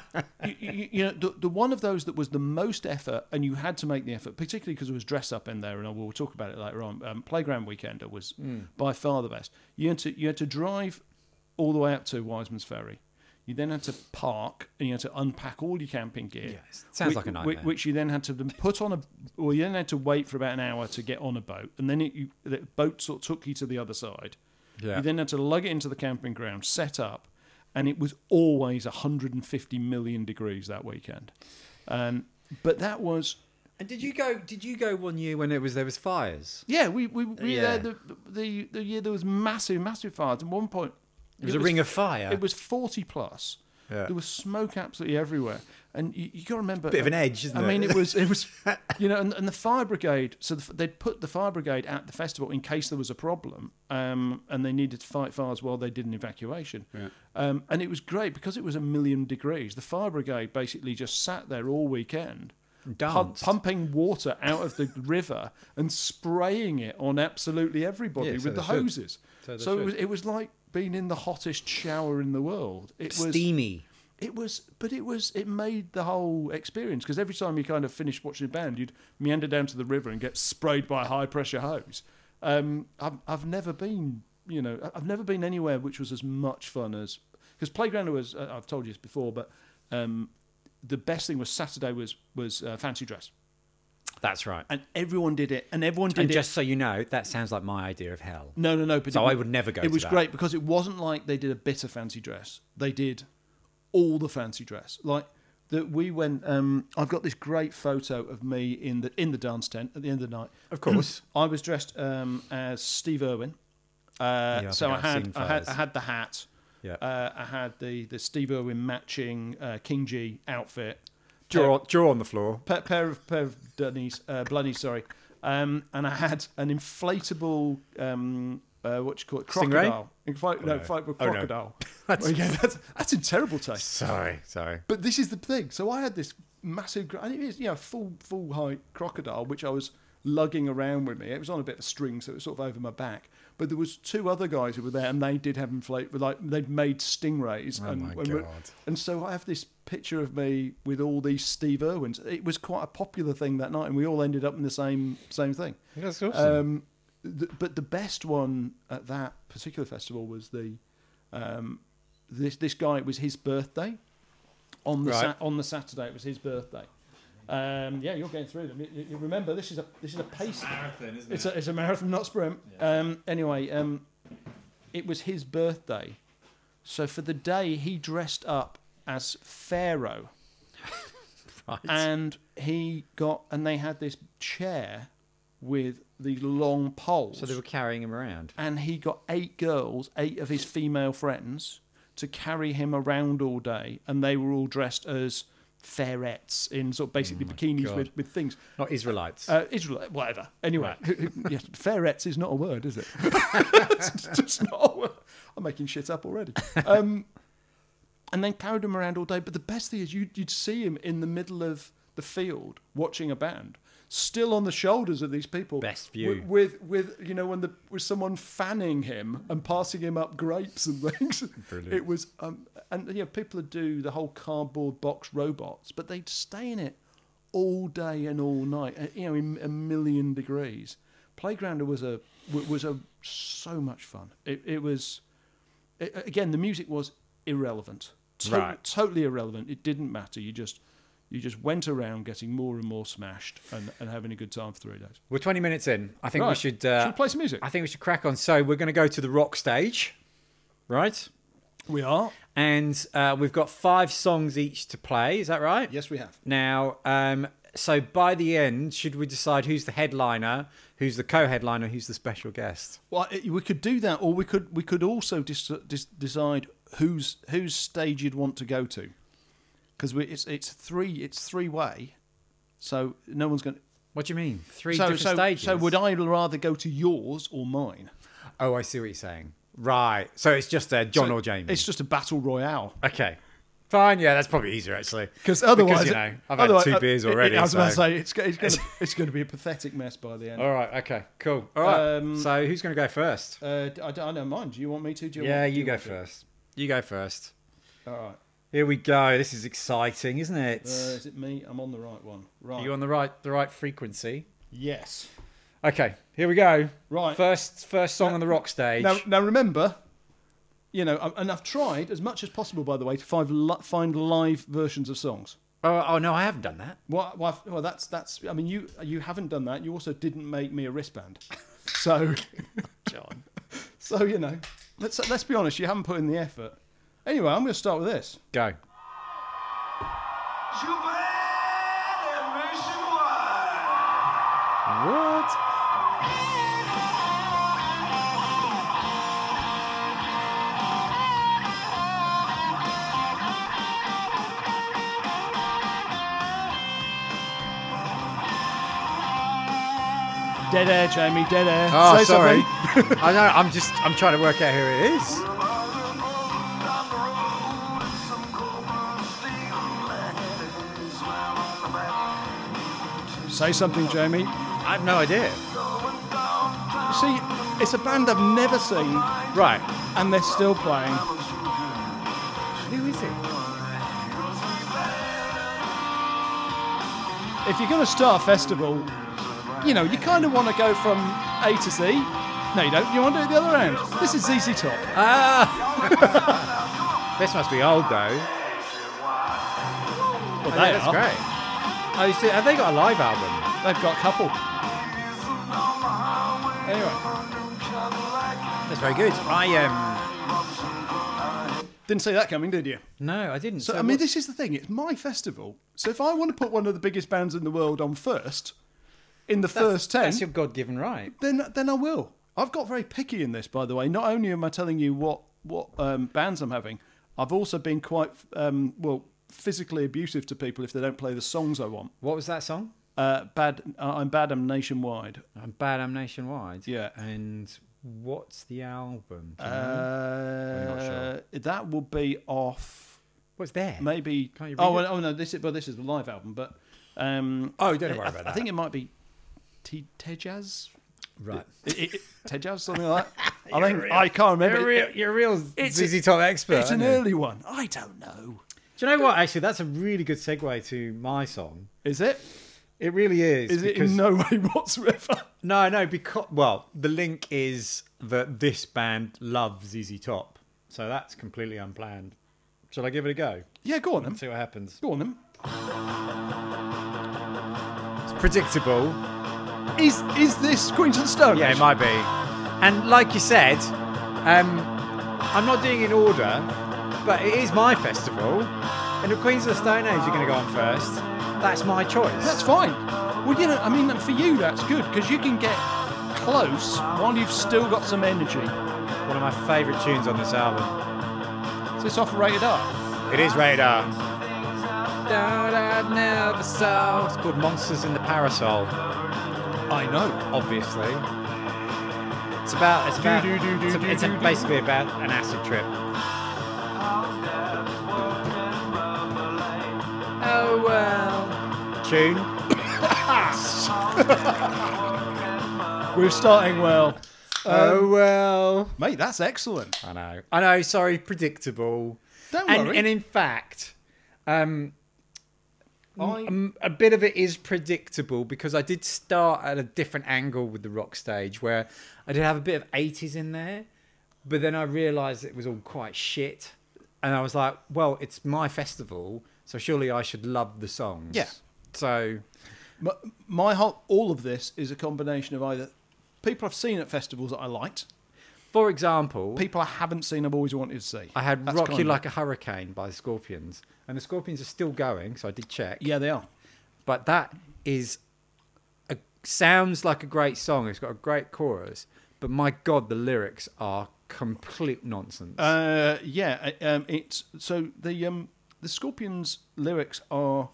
Speaker 2: you, you, you know, the, the one of those that was the most effort, and you had to make the effort, particularly because there was dress up in there, and I will talk about it later on. Um, Playground Weekender was
Speaker 1: Hmm.
Speaker 2: by far the best. You had to you had to drive all the way up to Wiseman's Ferry. You then had to park, and you had to unpack all your camping gear.
Speaker 1: Yes. Sounds
Speaker 2: Whi-
Speaker 1: like a
Speaker 2: whi-
Speaker 1: nightmare.
Speaker 2: which you then had to then put on a well you then had to wait for about an hour to get on a boat and then it, you, the boat sort of took you to the other side
Speaker 1: Yeah.
Speaker 2: you then had to lug it into the camping ground set up and it was always 150 million degrees that weekend um, but that was
Speaker 1: And did you go? Did you go one year when it was there was fires?
Speaker 2: yeah we we, we
Speaker 1: Yeah.
Speaker 2: there the, the the year there was massive massive fires at one point
Speaker 1: It was a ring of fire.
Speaker 2: it was 40 plus
Speaker 1: Yeah.
Speaker 2: there was smoke absolutely everywhere and you, you got to remember uh,
Speaker 1: Bit of an edge, isn't
Speaker 2: I
Speaker 1: it?
Speaker 2: mean, it was it was you know, and, and the fire brigade. So the, they'd put the fire brigade at the festival in case there was a problem, um, and they needed to fight fires while they did an evacuation. Um, and it was great because it was a million degrees. The fire brigade basically just sat there all weekend. pu-
Speaker 1: Danced.
Speaker 2: Pumping water out of the river and spraying it on absolutely everybody
Speaker 1: Yeah,
Speaker 2: with
Speaker 1: so
Speaker 2: the
Speaker 1: they should.
Speaker 2: hoses.
Speaker 1: So they
Speaker 2: So, it
Speaker 1: should.
Speaker 2: was it was like being in the hottest shower in the world. It was
Speaker 1: steamy.
Speaker 2: it was, but it was, it made the whole experience because every time you kind of finished watching a band, you'd meander down to the river and get sprayed by a high pressure hose. Um, I've, I've never been, you know, I- I've never been anywhere which was as much fun as because playground was. uh, I've told you this before, but um, the best thing was Saturday was was uh, fancy dress,
Speaker 1: That's right.
Speaker 2: and everyone did it, and everyone did
Speaker 1: And
Speaker 2: it.
Speaker 1: just so you know, that sounds like my idea of hell.
Speaker 2: no, no, no. But
Speaker 1: So
Speaker 2: it-
Speaker 1: I would never go
Speaker 2: It
Speaker 1: to
Speaker 2: was
Speaker 1: that.
Speaker 2: great because it wasn't like they did a bit of fancy dress. They did all the fancy dress. Like that we went. Um, I've got this great photo of me in the in the dance tent at the end of the night.
Speaker 1: Of course.
Speaker 2: I was dressed um, as Steve Irwin. Uh,
Speaker 1: Yeah, I
Speaker 2: so
Speaker 1: think
Speaker 2: I
Speaker 1: I've
Speaker 2: had
Speaker 1: seen
Speaker 2: I had
Speaker 1: photos.
Speaker 2: I had the hat.
Speaker 1: Yeah.
Speaker 2: Uh, I had the the Steve Irwin matching uh, King G outfit.
Speaker 1: Jaw,
Speaker 2: uh,
Speaker 1: jaw on the floor.
Speaker 2: pair, pair of pair of dunnies, uh, blunnies, sorry. Um, and I had an inflatable, um, uh, what do you call it,
Speaker 1: Stingray?
Speaker 2: crocodile. Infl- no,
Speaker 1: no.
Speaker 2: inflatable
Speaker 1: Oh, no.
Speaker 2: crocodile.
Speaker 1: That's-
Speaker 2: Well, yeah, that's that's in terrible taste.
Speaker 1: Sorry, sorry.
Speaker 2: But this is the thing. So I had this massive, gr- and it is you know full full height crocodile, which I was lugging around with me. It was on a bit of a string, so it was sort of over my back. But there was two other guys who were there, and they did have inflate, like they'd made stingrays.
Speaker 1: Oh
Speaker 2: and,
Speaker 1: my
Speaker 2: and, we-
Speaker 1: God.
Speaker 2: and so I have this picture of me with all these Steve Irwins. It was quite a popular thing that night, and we all ended up in the same same thing.
Speaker 1: That's awesome.
Speaker 2: Um, th- but the best one at that particular festival was the um, this this guy. It was his birthday on the
Speaker 1: Right.
Speaker 2: Sat on the Saturday. It was his birthday. Um, yeah, you're going through them. You- You, you remember this is a this is a pace.
Speaker 1: marathon, isn't
Speaker 2: It's a it's a marathon, not sprint. Um, anyway, um, it was his birthday, so for the day he dressed up as Pharaoh and he got and they had this chair with these long poles
Speaker 1: so they were carrying him around.
Speaker 2: and he got eight girls eight of his female friends to carry him around all day and they were all dressed as fairettes in sort of basically bikinis
Speaker 1: God.
Speaker 2: with, with things
Speaker 1: Not Israelites.
Speaker 2: uh, Israel, whatever. Anyway, yes, fairettes is not a word, is it? it's just not a word. I'm making shit up already. Um, and then carried him around all day. But the best thing is, you'd, you'd see him in the middle of the field watching a band. still on the shoulders of these people.
Speaker 1: Best view.
Speaker 2: wi- With with, you know when the with someone fanning him and passing him up grapes and things.
Speaker 1: Brilliant.
Speaker 2: It was um and you know people would do the whole cardboard box robots, but they'd stay in it all day and all night. uh, You know, in a million degrees. Playground was a w- was a so much fun. It it was a- again the music was irrelevant to-
Speaker 1: Right.
Speaker 2: totally irrelevant it didn't matter you just you just went around getting more and more smashed and, and having a good time for three days
Speaker 1: We're 20 minutes in. I think we
Speaker 2: Right.
Speaker 1: should. Uh,
Speaker 2: Shall we play some music
Speaker 1: I think we should crack on. So we're going to go to the rock stage, right?
Speaker 2: we are
Speaker 1: And uh, we've got five songs each to play. Is that right?
Speaker 2: yes we have
Speaker 1: Now, um, so by the end, should we decide who's the headliner, who's the co-headliner, who's the special guest?
Speaker 2: well it- we could do that or we could we could also dis- dis- decide whose whose stage you'd want to go to because it's it's three it's three way so no one's going to
Speaker 1: What do you mean? Three
Speaker 2: so,
Speaker 1: different
Speaker 2: so,
Speaker 1: stages.
Speaker 2: so would i rather go to yours or mine
Speaker 1: Oh, I see what you're saying. Right. So it's just uh, John
Speaker 2: So
Speaker 1: or Jamie.
Speaker 2: it's just a battle royale
Speaker 1: Okay. Fine. Yeah, that's probably easier actually.
Speaker 2: Because otherwise,
Speaker 1: you know, I've had
Speaker 2: otherwise-
Speaker 1: two beers
Speaker 2: uh, it-
Speaker 1: already.
Speaker 2: I was about to
Speaker 1: so-
Speaker 2: say it's, go- it's, going to, it's going to be a pathetic mess by the end.
Speaker 1: All right. Okay. Cool. All right.
Speaker 2: Um,
Speaker 1: so who's going to go first?
Speaker 2: Uh, d- I, don't, I don't mind. Do you want me to? Do you
Speaker 1: yeah,
Speaker 2: want, do
Speaker 1: you go
Speaker 2: want to?
Speaker 1: first. You go first.
Speaker 2: All right.
Speaker 1: Here we go. This is exciting, isn't it?
Speaker 2: Uh, is it me? I'm on the right one. Right.
Speaker 1: Uh, Are you on the right the right frequency?
Speaker 2: Yes.
Speaker 1: Okay. Here we go.
Speaker 2: Right.
Speaker 1: First first song on the rock stage.
Speaker 2: Now, now remember, you know, I- and I've tried as much as possible, by the way, to find, li- find live versions of songs.
Speaker 1: Oh, oh no, I haven't done that.
Speaker 2: Well, well, I've- well, that's that's. I mean, you you haven't done that. You also didn't make me a wristband, so John. So you know, let's let's be honest. You haven't put in the effort. Anyway, I'm going to start with this.
Speaker 1: Go. What?
Speaker 2: Dead air, Jamie. Dead air.
Speaker 1: Oh,
Speaker 2: Say
Speaker 1: sorry.
Speaker 2: something.
Speaker 1: I know. I'm just. I'm trying to work out who it is.
Speaker 2: Say something, Jamie.
Speaker 1: I have no idea.
Speaker 2: You see, it's a band I've never seen,
Speaker 1: Right.
Speaker 2: and they're still playing.
Speaker 1: Who is it?
Speaker 2: If you're going to start a festival, you know, you kind of want to go from A to Z. No, you don't. You want to do it the other end. This is ZZ Top.
Speaker 1: Ah. this must be old though.
Speaker 2: Well,
Speaker 1: Oh,
Speaker 2: they
Speaker 1: that's
Speaker 2: are.
Speaker 1: great. Oh, you see, have they got a live album?
Speaker 2: They've got a couple. Anyway,
Speaker 1: That's very good. I um.
Speaker 2: didn't see that coming, did you?
Speaker 1: No, I didn't.
Speaker 2: So, I mean,
Speaker 1: what's-
Speaker 2: this is the thing. It's my festival. So if I want to put one of the biggest bands in the world on first, in the first ten,
Speaker 1: That's your God-given right.
Speaker 2: then then I will. I've got very picky in this, by the way. Not only am I telling you what what um, bands I'm having, I've also been quite um, well physically abusive to people if they don't play the songs I want.
Speaker 1: What was that song?
Speaker 2: Uh, bad, I'm bad. I'm nationwide.
Speaker 1: I'm Um, bad. I'm nationwide.
Speaker 2: Yeah.
Speaker 1: And what's the album? Do you know? Mm-hmm. not
Speaker 2: Uh,
Speaker 1: sure.
Speaker 2: that will be off.
Speaker 1: What's there?
Speaker 2: Maybe.
Speaker 1: Can't you read
Speaker 2: oh,
Speaker 1: it?
Speaker 2: well, oh no! This is well, this is the live album, but um,
Speaker 1: Oh, don't
Speaker 2: I-
Speaker 1: worry
Speaker 2: I,
Speaker 1: about
Speaker 2: I
Speaker 1: that.
Speaker 2: think it might be T- Tejaz.
Speaker 1: Right.
Speaker 2: It- it- it- Tejaz, something like that. I think I can't
Speaker 1: You're a
Speaker 2: remember.
Speaker 1: real, you're a real
Speaker 2: It's a-
Speaker 1: ZZ Top expert.
Speaker 2: it's an
Speaker 1: aren't you?
Speaker 2: early one. I don't know.
Speaker 1: Do you know what? Actually, that's a really good segue to my song.
Speaker 2: Is it?
Speaker 1: It really is.
Speaker 2: Is it
Speaker 1: because-
Speaker 2: in no way whatsoever?
Speaker 1: No, no, because well, the link is that this band loves ZZ Top, so that's completely unplanned. Shall I give it a go?
Speaker 2: Yeah, go on then.
Speaker 1: See what happens.
Speaker 2: Go on then.
Speaker 1: It's predictable.
Speaker 2: Is is this Queens of the Stone?
Speaker 1: Yeah, it might be. And like you said, um, I'm not doing it in order, but it is my festival, and the Queens of the Stone Age are going to go on first. That's my choice.
Speaker 2: That's fine. Well, you know, I mean, for you that's good because you can get close while you've still got some energy.
Speaker 1: one of my favourite tunes on this album.
Speaker 2: So it's off rated R.
Speaker 1: It is Radar. It's called Monsters in the Parasol.
Speaker 2: I know.
Speaker 1: obviously. It's about it's about
Speaker 2: do, do, do,
Speaker 1: it's, a-
Speaker 2: do,
Speaker 1: it's a-
Speaker 2: do, do.
Speaker 1: basically about an acid trip. Oh well. Tune.
Speaker 2: We're starting well.
Speaker 3: oh well.
Speaker 2: Mate, that's excellent.
Speaker 1: I know. I know. Sorry, predictable.
Speaker 2: Don't
Speaker 1: and,
Speaker 2: worry.
Speaker 1: and in fact, um,
Speaker 2: I-
Speaker 1: m- Um, a bit of it is predictable because I did start at a different angle with the rock stage where I did have a bit of 80s in there, but then I realized it was all quite shit. And I was like, well, it's my festival, so surely I should love the songs.
Speaker 2: Yeah.
Speaker 1: So,
Speaker 2: My, my whole, all of this is a combination of either people I've seen at festivals that I liked,
Speaker 1: for example,
Speaker 2: people I haven't seen I've always wanted to see.
Speaker 1: I had
Speaker 2: That's
Speaker 1: Rock You
Speaker 2: kind of-
Speaker 1: Like a Hurricane by the Scorpions, and the Scorpions are still going, so I did check.
Speaker 2: Yeah, they are.
Speaker 1: but that is a, sounds like a great song. It's got a great chorus, but my god, the lyrics are complete nonsense.
Speaker 2: Uh, yeah, uh, um, it's so the um, the Scorpions lyrics are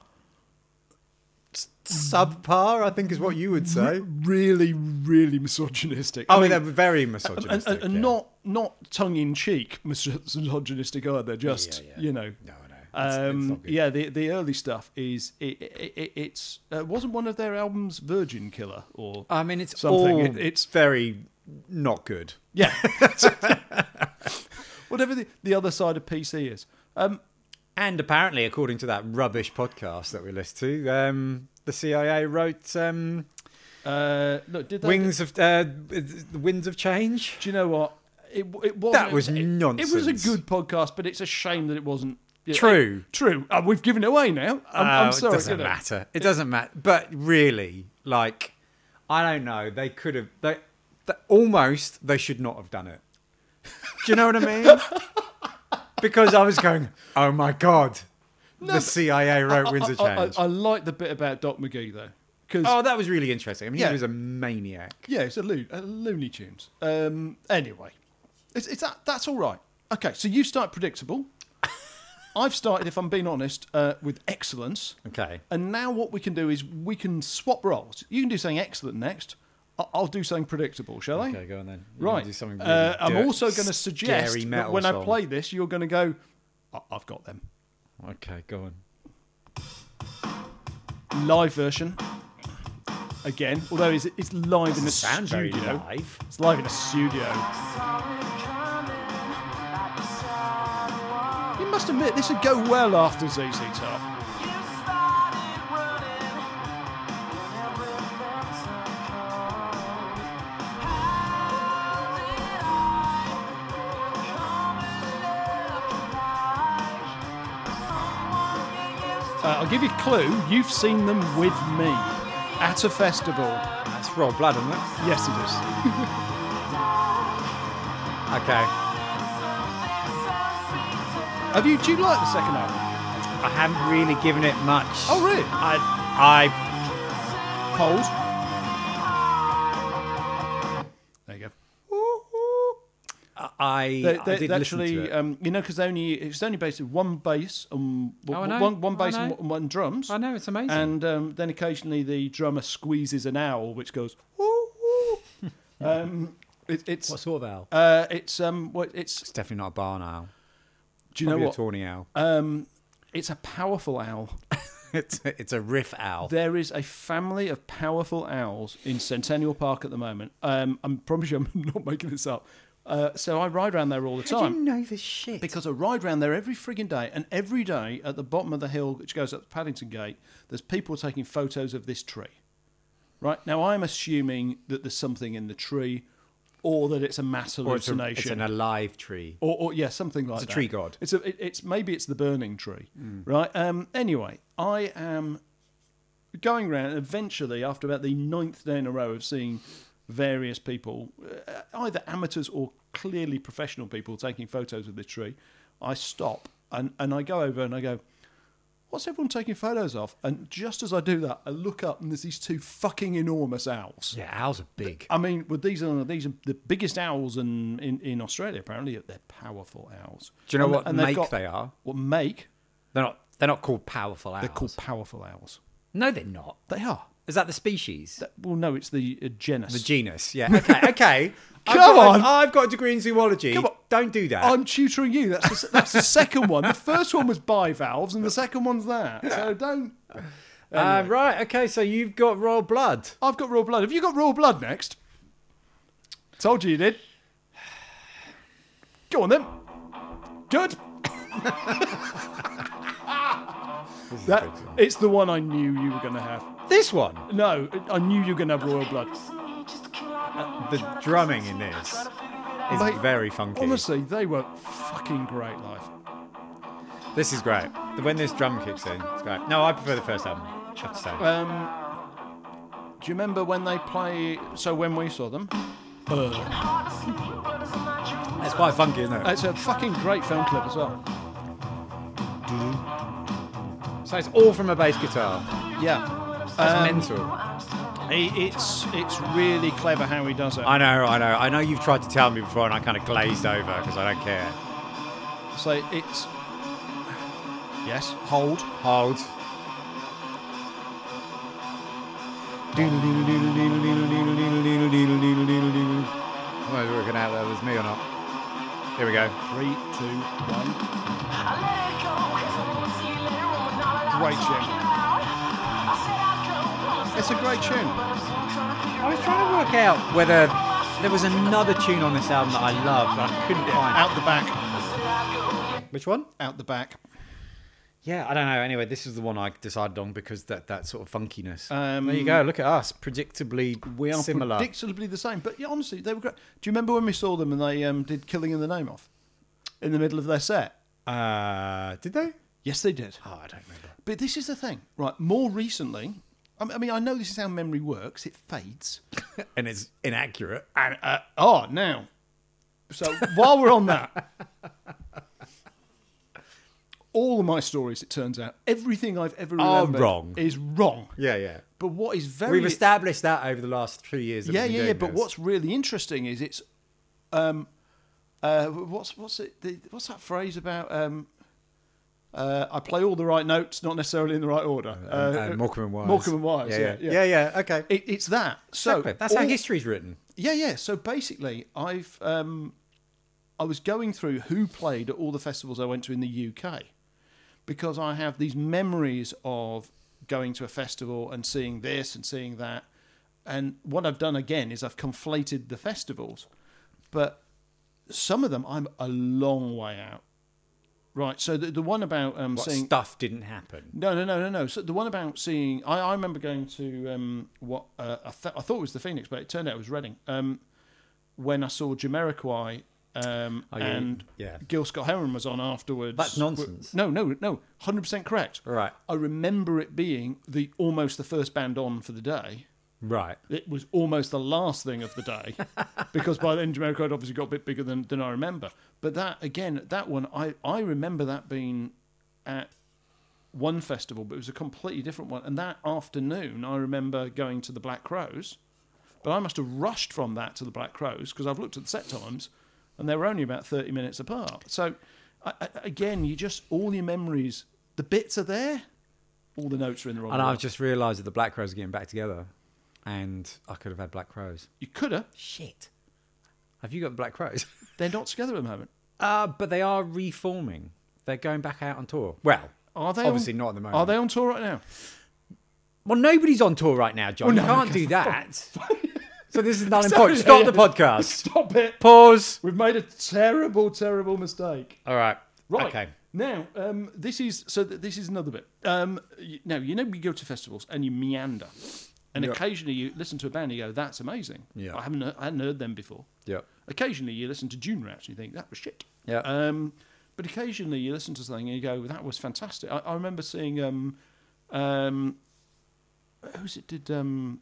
Speaker 1: Subpar, I think, is what you would say.
Speaker 2: really, really misogynistic.
Speaker 1: Oh,
Speaker 2: I mean,
Speaker 1: they're very
Speaker 2: and,
Speaker 1: misogynistic.
Speaker 2: and, and
Speaker 1: yeah.
Speaker 2: not not tongue in cheek misogynistic either. Just
Speaker 1: yeah.
Speaker 2: you know,
Speaker 1: No, I know. It's- it's
Speaker 2: Um,
Speaker 1: not good.
Speaker 2: yeah, the the early stuff is it, it, it, it's uh, wasn't one of their albums Virgin Killer or
Speaker 1: I mean, it's
Speaker 2: something.
Speaker 1: all
Speaker 2: It- it's-
Speaker 1: very not good.
Speaker 2: yeah, whatever the, the other side of PC is. Um,
Speaker 1: And apparently, according to that rubbish podcast that we listened to, um, the CIA wrote um,
Speaker 2: uh, look, did they,
Speaker 1: "Wings of uh, the Winds of Change."
Speaker 2: Do you know what? It it was
Speaker 1: That was
Speaker 2: it,
Speaker 1: nonsense.
Speaker 2: It was a good podcast, but it's a shame that it wasn't yeah,
Speaker 1: True.
Speaker 2: it- true. Uh, we've given it away now. I'm,
Speaker 1: Oh,
Speaker 2: I'm sorry.
Speaker 1: It doesn't
Speaker 2: you know.
Speaker 1: matter. It doesn't matter. But really, like, I don't know. They could have. They, they almost. They should not have done it. Do you know what I mean? because I was going. Oh my god. the CIA wrote Winds of
Speaker 2: I, I,
Speaker 1: Change.
Speaker 2: I like the bit about Doc McGee though, because
Speaker 1: oh, that was really interesting. I mean,
Speaker 2: Yeah.
Speaker 1: he was a maniac.
Speaker 2: Yeah, it's a, loo- a Looney Tunes. Um, anyway, it's, it's that, that's all right. Okay, so you start predictable. I've started, if I'm being honest, uh, with excellence.
Speaker 1: Okay.
Speaker 2: And now what we can do is we can swap roles. You can do something excellent next. I- I'll do something predictable, shall I?
Speaker 1: Okay, go on then. You're gonna
Speaker 2: Right.
Speaker 1: Do something
Speaker 2: uh,
Speaker 1: really
Speaker 2: I'm
Speaker 1: dirt-
Speaker 2: also going to suggest
Speaker 1: scary
Speaker 2: that
Speaker 1: metal
Speaker 2: when I
Speaker 1: song.
Speaker 2: play this, you're going to go, "I- I've got them.
Speaker 1: Okay, go on.
Speaker 2: Live version. Again, although it's, it's live in the
Speaker 1: Sound very
Speaker 2: studio.
Speaker 1: live.
Speaker 2: It's live in a studio. You must admit, this would go well after ZZ Top. Uh, I'll give you a clue. You've seen them with me at a festival.
Speaker 1: That's Rob Blood, isn't it?
Speaker 2: Yes, it is.
Speaker 1: Okay.
Speaker 2: Have you? Do you like the second album?
Speaker 1: I haven't really given it much.
Speaker 2: Oh, really?
Speaker 1: I,
Speaker 2: Hold. There you go.
Speaker 1: I, I,
Speaker 2: They,
Speaker 1: I
Speaker 2: they-
Speaker 1: did
Speaker 2: they
Speaker 1: listen
Speaker 2: actually,
Speaker 1: to it.
Speaker 2: um, you know, because only it's only based on one bass and w-
Speaker 1: Oh, I
Speaker 2: w-
Speaker 1: know.
Speaker 2: one, one
Speaker 1: I
Speaker 2: bass and
Speaker 1: know.
Speaker 2: one, one drums.
Speaker 1: I know it's amazing.
Speaker 2: And um, then occasionally the drummer squeezes an owl, which goes. Woo, woo. um, it, it's
Speaker 1: sort of owl?
Speaker 2: uh, it's um, what it's.
Speaker 1: It's definitely not a barn owl.
Speaker 2: Do you know
Speaker 1: Probably
Speaker 2: what?
Speaker 1: a tawny owl.
Speaker 2: Um, it's a powerful owl.
Speaker 1: it's it's a riff owl.
Speaker 2: There is a family of powerful owls in Centennial Park at the moment. Um, I'm promise you, I'm not making this up. Uh, so I ride around there all the
Speaker 1: How
Speaker 2: time.
Speaker 1: do you know this shit?
Speaker 2: Because I ride round there every frigging day, and every day at the bottom of the hill which goes up to Paddington Gate, there's people taking photos of this tree. Right now, I'm assuming that there's something in the tree, or that it's a mass
Speaker 1: or it's, a,
Speaker 2: hallucination,
Speaker 1: it's an alive tree.
Speaker 2: or, or yeah, something like
Speaker 1: a
Speaker 2: that.
Speaker 1: tree god. Mm.
Speaker 2: It's a, it- it's maybe it's the burning tree, right? Um, anyway, I am going round. Eventually, after about the ninth day in a row of seeing various people, uh, either amateurs or clearly professional people, taking photos of this tree, I stop and and I go over and I go. What's everyone taking photos of? And just as I do that, I look up and there's these two fucking enormous owls.
Speaker 1: Yeah, owls are big.
Speaker 2: I mean, well, these are these are the biggest owls in, in, in Australia. Apparently, they're powerful owls.
Speaker 1: Do you know
Speaker 2: And-
Speaker 1: what
Speaker 2: and they've
Speaker 1: make
Speaker 2: got-
Speaker 1: they are?
Speaker 2: What make?
Speaker 1: They're not. They're not called powerful owls.
Speaker 2: They're called powerful owls.
Speaker 1: No, they're not.
Speaker 2: They are.
Speaker 1: Is that the species?
Speaker 2: That- well, no, it's the uh, genus.
Speaker 1: the genus. Yeah. Okay. Okay. I've
Speaker 2: Come
Speaker 1: got
Speaker 2: on.
Speaker 1: A, I've got a degree in zoology.
Speaker 2: Come on.
Speaker 1: Don't do that.
Speaker 2: I'm tutoring you. That's the, s- that's the second one. The first one was bivalves, and the second one's that. So don't.
Speaker 1: Um, right. Okay. So you've got Royal Blood.
Speaker 2: I've got raw blood. Have you got raw blood next? Told you you did. Go on then. Good. that it's the one I knew you were going to have.
Speaker 1: This one.
Speaker 2: No, I knew you were going to have royal blood.
Speaker 1: The drumming in this is
Speaker 2: Mate,
Speaker 1: very funky.
Speaker 2: Honestly, they were fucking great live.
Speaker 1: This is great. When this drum kicks in, it's great. No, I prefer the first album. I have to say.
Speaker 2: Um, do you remember when they play? So when we saw them, uh,
Speaker 1: it's quite funky, isn't it?
Speaker 2: it's a fucking great film clip as well.
Speaker 1: So it's all from a bass guitar.
Speaker 2: Yeah,
Speaker 1: That's
Speaker 2: Um,
Speaker 1: mental.
Speaker 2: He- it's it's really clever how he does it.
Speaker 1: I know, I know, I know. You've tried to tell me before, and I kind of glazed over because I don't care.
Speaker 2: So it's yes, hold.
Speaker 1: Hold. I don't know if working out that was me or not. Here we go.
Speaker 2: Three, two, one.
Speaker 4: Great tune.
Speaker 2: It's a great tune.
Speaker 1: I was trying to work out whether there was another tune on this album that I loved, but I couldn't find.
Speaker 2: Out the back,
Speaker 1: Which one?
Speaker 2: out the back.
Speaker 1: Yeah, I don't know. Anyway, this is the one I decided on because that that sort of funkiness.
Speaker 2: Um,
Speaker 1: there you go. Look at us, predictably
Speaker 2: We are
Speaker 1: similar.
Speaker 2: predictably the same, but yeah, honestly, they were great. Do you remember when we saw them and they um, did "Killing in the Name of" in the middle of their set?
Speaker 1: uh, did they?
Speaker 2: Yes, they did.
Speaker 1: Oh, I don't remember.
Speaker 2: But this is the thing, right? More recently, I mean- I mean, I know this is how memory works; it fades.
Speaker 1: and it's inaccurate.
Speaker 2: And uh, oh, now, so while we're on that, all of my stories, it turns out, everything I've ever
Speaker 1: Are
Speaker 2: remembered
Speaker 1: wrong.
Speaker 2: is wrong.
Speaker 1: Yeah, yeah.
Speaker 2: But what is very
Speaker 1: We've established that over the last three years. that
Speaker 2: yeah,
Speaker 1: we've been
Speaker 2: yeah, yeah.
Speaker 1: doing
Speaker 2: But
Speaker 1: this.
Speaker 2: what's really interesting is it's, um, uh, what's what's it? The, what's that phrase about? Um, uh, I play all the right notes, not necessarily in the right order. Uh,
Speaker 1: uh, Morecambe and Wise?
Speaker 2: Morecambe and Wise.
Speaker 1: Yeah, yeah,
Speaker 2: yeah.
Speaker 1: yeah. okay.
Speaker 2: It, it's that. So
Speaker 1: Exactly. That's how
Speaker 2: all-
Speaker 1: history's written.
Speaker 2: yeah, yeah. So basically, I've um, I was going through who played at all the festivals I went to in the UK because I have these memories of going to a festival and seeing this and seeing that. And what I've done again is I've conflated the festivals, but some of them I'm a long way out. Right. So the, the one about um,
Speaker 1: What
Speaker 2: seeing
Speaker 1: stuff didn't happen?
Speaker 2: no, no, no, no, no. So the one about seeing, I, I remember going to um, what uh, I, th- I thought was the Phoenix, but it turned out it was Reading. Um, when I saw Jamiroquai um,
Speaker 1: yeah,
Speaker 2: and
Speaker 1: yeah.
Speaker 2: Gil Scott Heron was on afterwards.
Speaker 1: That's nonsense.
Speaker 2: No, no, no. Hundred percent correct.
Speaker 1: Right.
Speaker 2: I remember it being the almost the first band on for the day.
Speaker 1: Right.
Speaker 2: It was almost the last thing of the day because by then Jamiroquai had obviously got a bit bigger than, than I remember. But that again, that one I, I remember that being at one festival, but it was a completely different one. And that afternoon, I remember going to the Black Crows, but I must have rushed from that to the Black Crows because I've looked at the set times, and they were only about thirty minutes apart. So I, I, again, you just all your memories, the bits are there, all the notes are in the wrong.
Speaker 1: And
Speaker 2: order.
Speaker 1: I've just realised that the Black Crows are getting back together, and I could have had Black Crows.
Speaker 2: you could have.
Speaker 1: Shit. Have you got Black Crows?
Speaker 2: They're not together at the moment.
Speaker 1: Uh, but they are reforming. They're going back out on tour. Well,
Speaker 2: Are they
Speaker 1: obviously
Speaker 2: on,
Speaker 1: not at the moment.
Speaker 2: Are they on tour right now?
Speaker 1: Well, nobody's on tour right now, John.
Speaker 2: Well,
Speaker 1: you
Speaker 2: Oh, no,
Speaker 1: can't do that. so this is not
Speaker 2: Sorry,
Speaker 1: important.
Speaker 2: yeah,
Speaker 1: Stop
Speaker 2: yeah.
Speaker 1: the podcast.
Speaker 2: Stop it!
Speaker 1: Pause.
Speaker 2: We've made a terrible, terrible mistake.
Speaker 1: All right.
Speaker 2: Right
Speaker 1: Okay.
Speaker 2: now, um, this is so. Th- this is another bit. Um, y- now you know you go to festivals and you meander, and
Speaker 1: Yeah.
Speaker 2: occasionally you listen to a band and you go, "That's amazing."
Speaker 1: Yeah.
Speaker 2: I haven't, he- I hadn't heard them before.
Speaker 1: Yep.
Speaker 2: Occasionally you listen to June Rats and you think that was shit.
Speaker 1: Yeah.
Speaker 2: Um, but occasionally you listen to something and you go, "That was fantastic." I, I remember seeing um, um, who's it did um,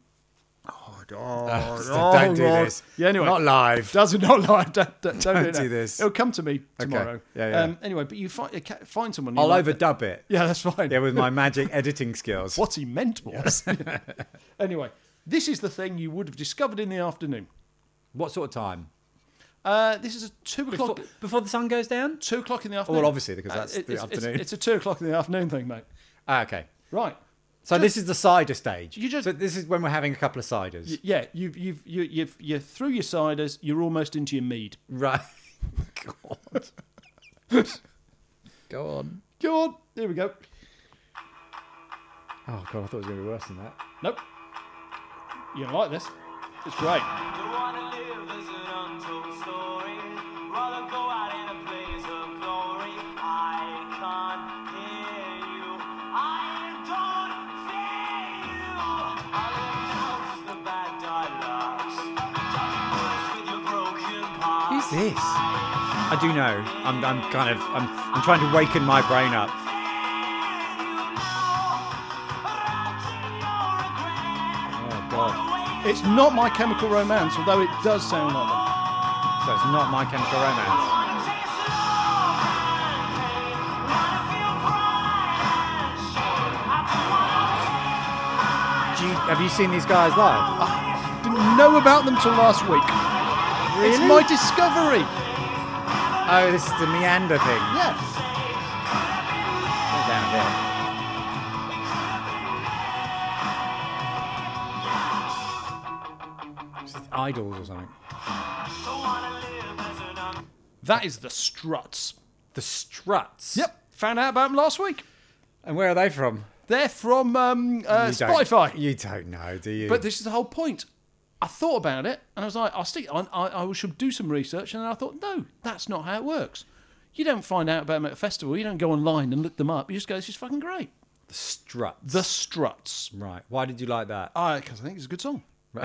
Speaker 1: don't do
Speaker 2: God.
Speaker 1: this.
Speaker 2: Oh, Yeah, anyway.
Speaker 1: Not live.
Speaker 2: Does it not lie? Don't, don't, don't
Speaker 1: Don't
Speaker 2: do,
Speaker 1: do
Speaker 2: that.
Speaker 1: this.
Speaker 2: It'll come to me tomorrow.
Speaker 1: Yeah, yeah.
Speaker 2: Um, anyway, but you find find someone. You
Speaker 1: I'll
Speaker 2: like that-
Speaker 1: overdub it.
Speaker 2: Yeah, that's fine.
Speaker 1: Yeah, with my magic editing skills.
Speaker 2: What he meant was. anyway, this is the thing you would have discovered in the afternoon.
Speaker 1: What sort of time?
Speaker 2: Uh, this is a two o'clock.
Speaker 1: before the sun goes down?
Speaker 2: Two o'clock in the afternoon. Uh,
Speaker 1: Well, obviously, because that's
Speaker 2: it-
Speaker 1: the
Speaker 2: it's- it's-
Speaker 1: afternoon.
Speaker 2: It's, a two o'clock in the afternoon thing, mate.
Speaker 1: Ah, okay.
Speaker 2: Right.
Speaker 1: So this is the cider stage.
Speaker 2: You just-
Speaker 1: so this is when we're having a couple of ciders.
Speaker 2: Y- Yeah, you've you've you, you've you're through your ciders. You're almost into your mead.
Speaker 1: right. God. Go on.
Speaker 2: Go on. There we go.
Speaker 1: Oh god, I thought it was going to be worse than that.
Speaker 2: Nope. You don't like this? It's great.
Speaker 1: Who's this? I do know. I'm, I'm kind of I'm, I'm trying to waken my brain up. Oh god.
Speaker 2: It's not My Chemical Romance, although it does sound like them.
Speaker 1: So it's not my chemical romance. Do you, have you seen these guys
Speaker 2: Uh,
Speaker 1: live?
Speaker 2: Didn't know about them till last week. It's my discovery.
Speaker 1: Oh, this is the meander thing.
Speaker 2: Yes.
Speaker 1: Go down there. Is it Idols or something.
Speaker 2: That is the Struts.
Speaker 1: The Struts.
Speaker 2: Yep. Found out about them last week.
Speaker 1: And where are they from?
Speaker 2: They're from um, uh,
Speaker 1: You don't-
Speaker 2: Spotify.
Speaker 1: You don't know, do you?
Speaker 2: But this is the whole point. I thought about it and I was like, I'll stick, I, I, I should do some research. And then I thought, no, that's not how it works. You don't find out about them at a festival. You don't go online and look them up. You just go, this is fucking great.
Speaker 1: the Struts.
Speaker 2: The Oh. Struts.
Speaker 1: right. Why did you like that?
Speaker 2: Because I think it's a good song.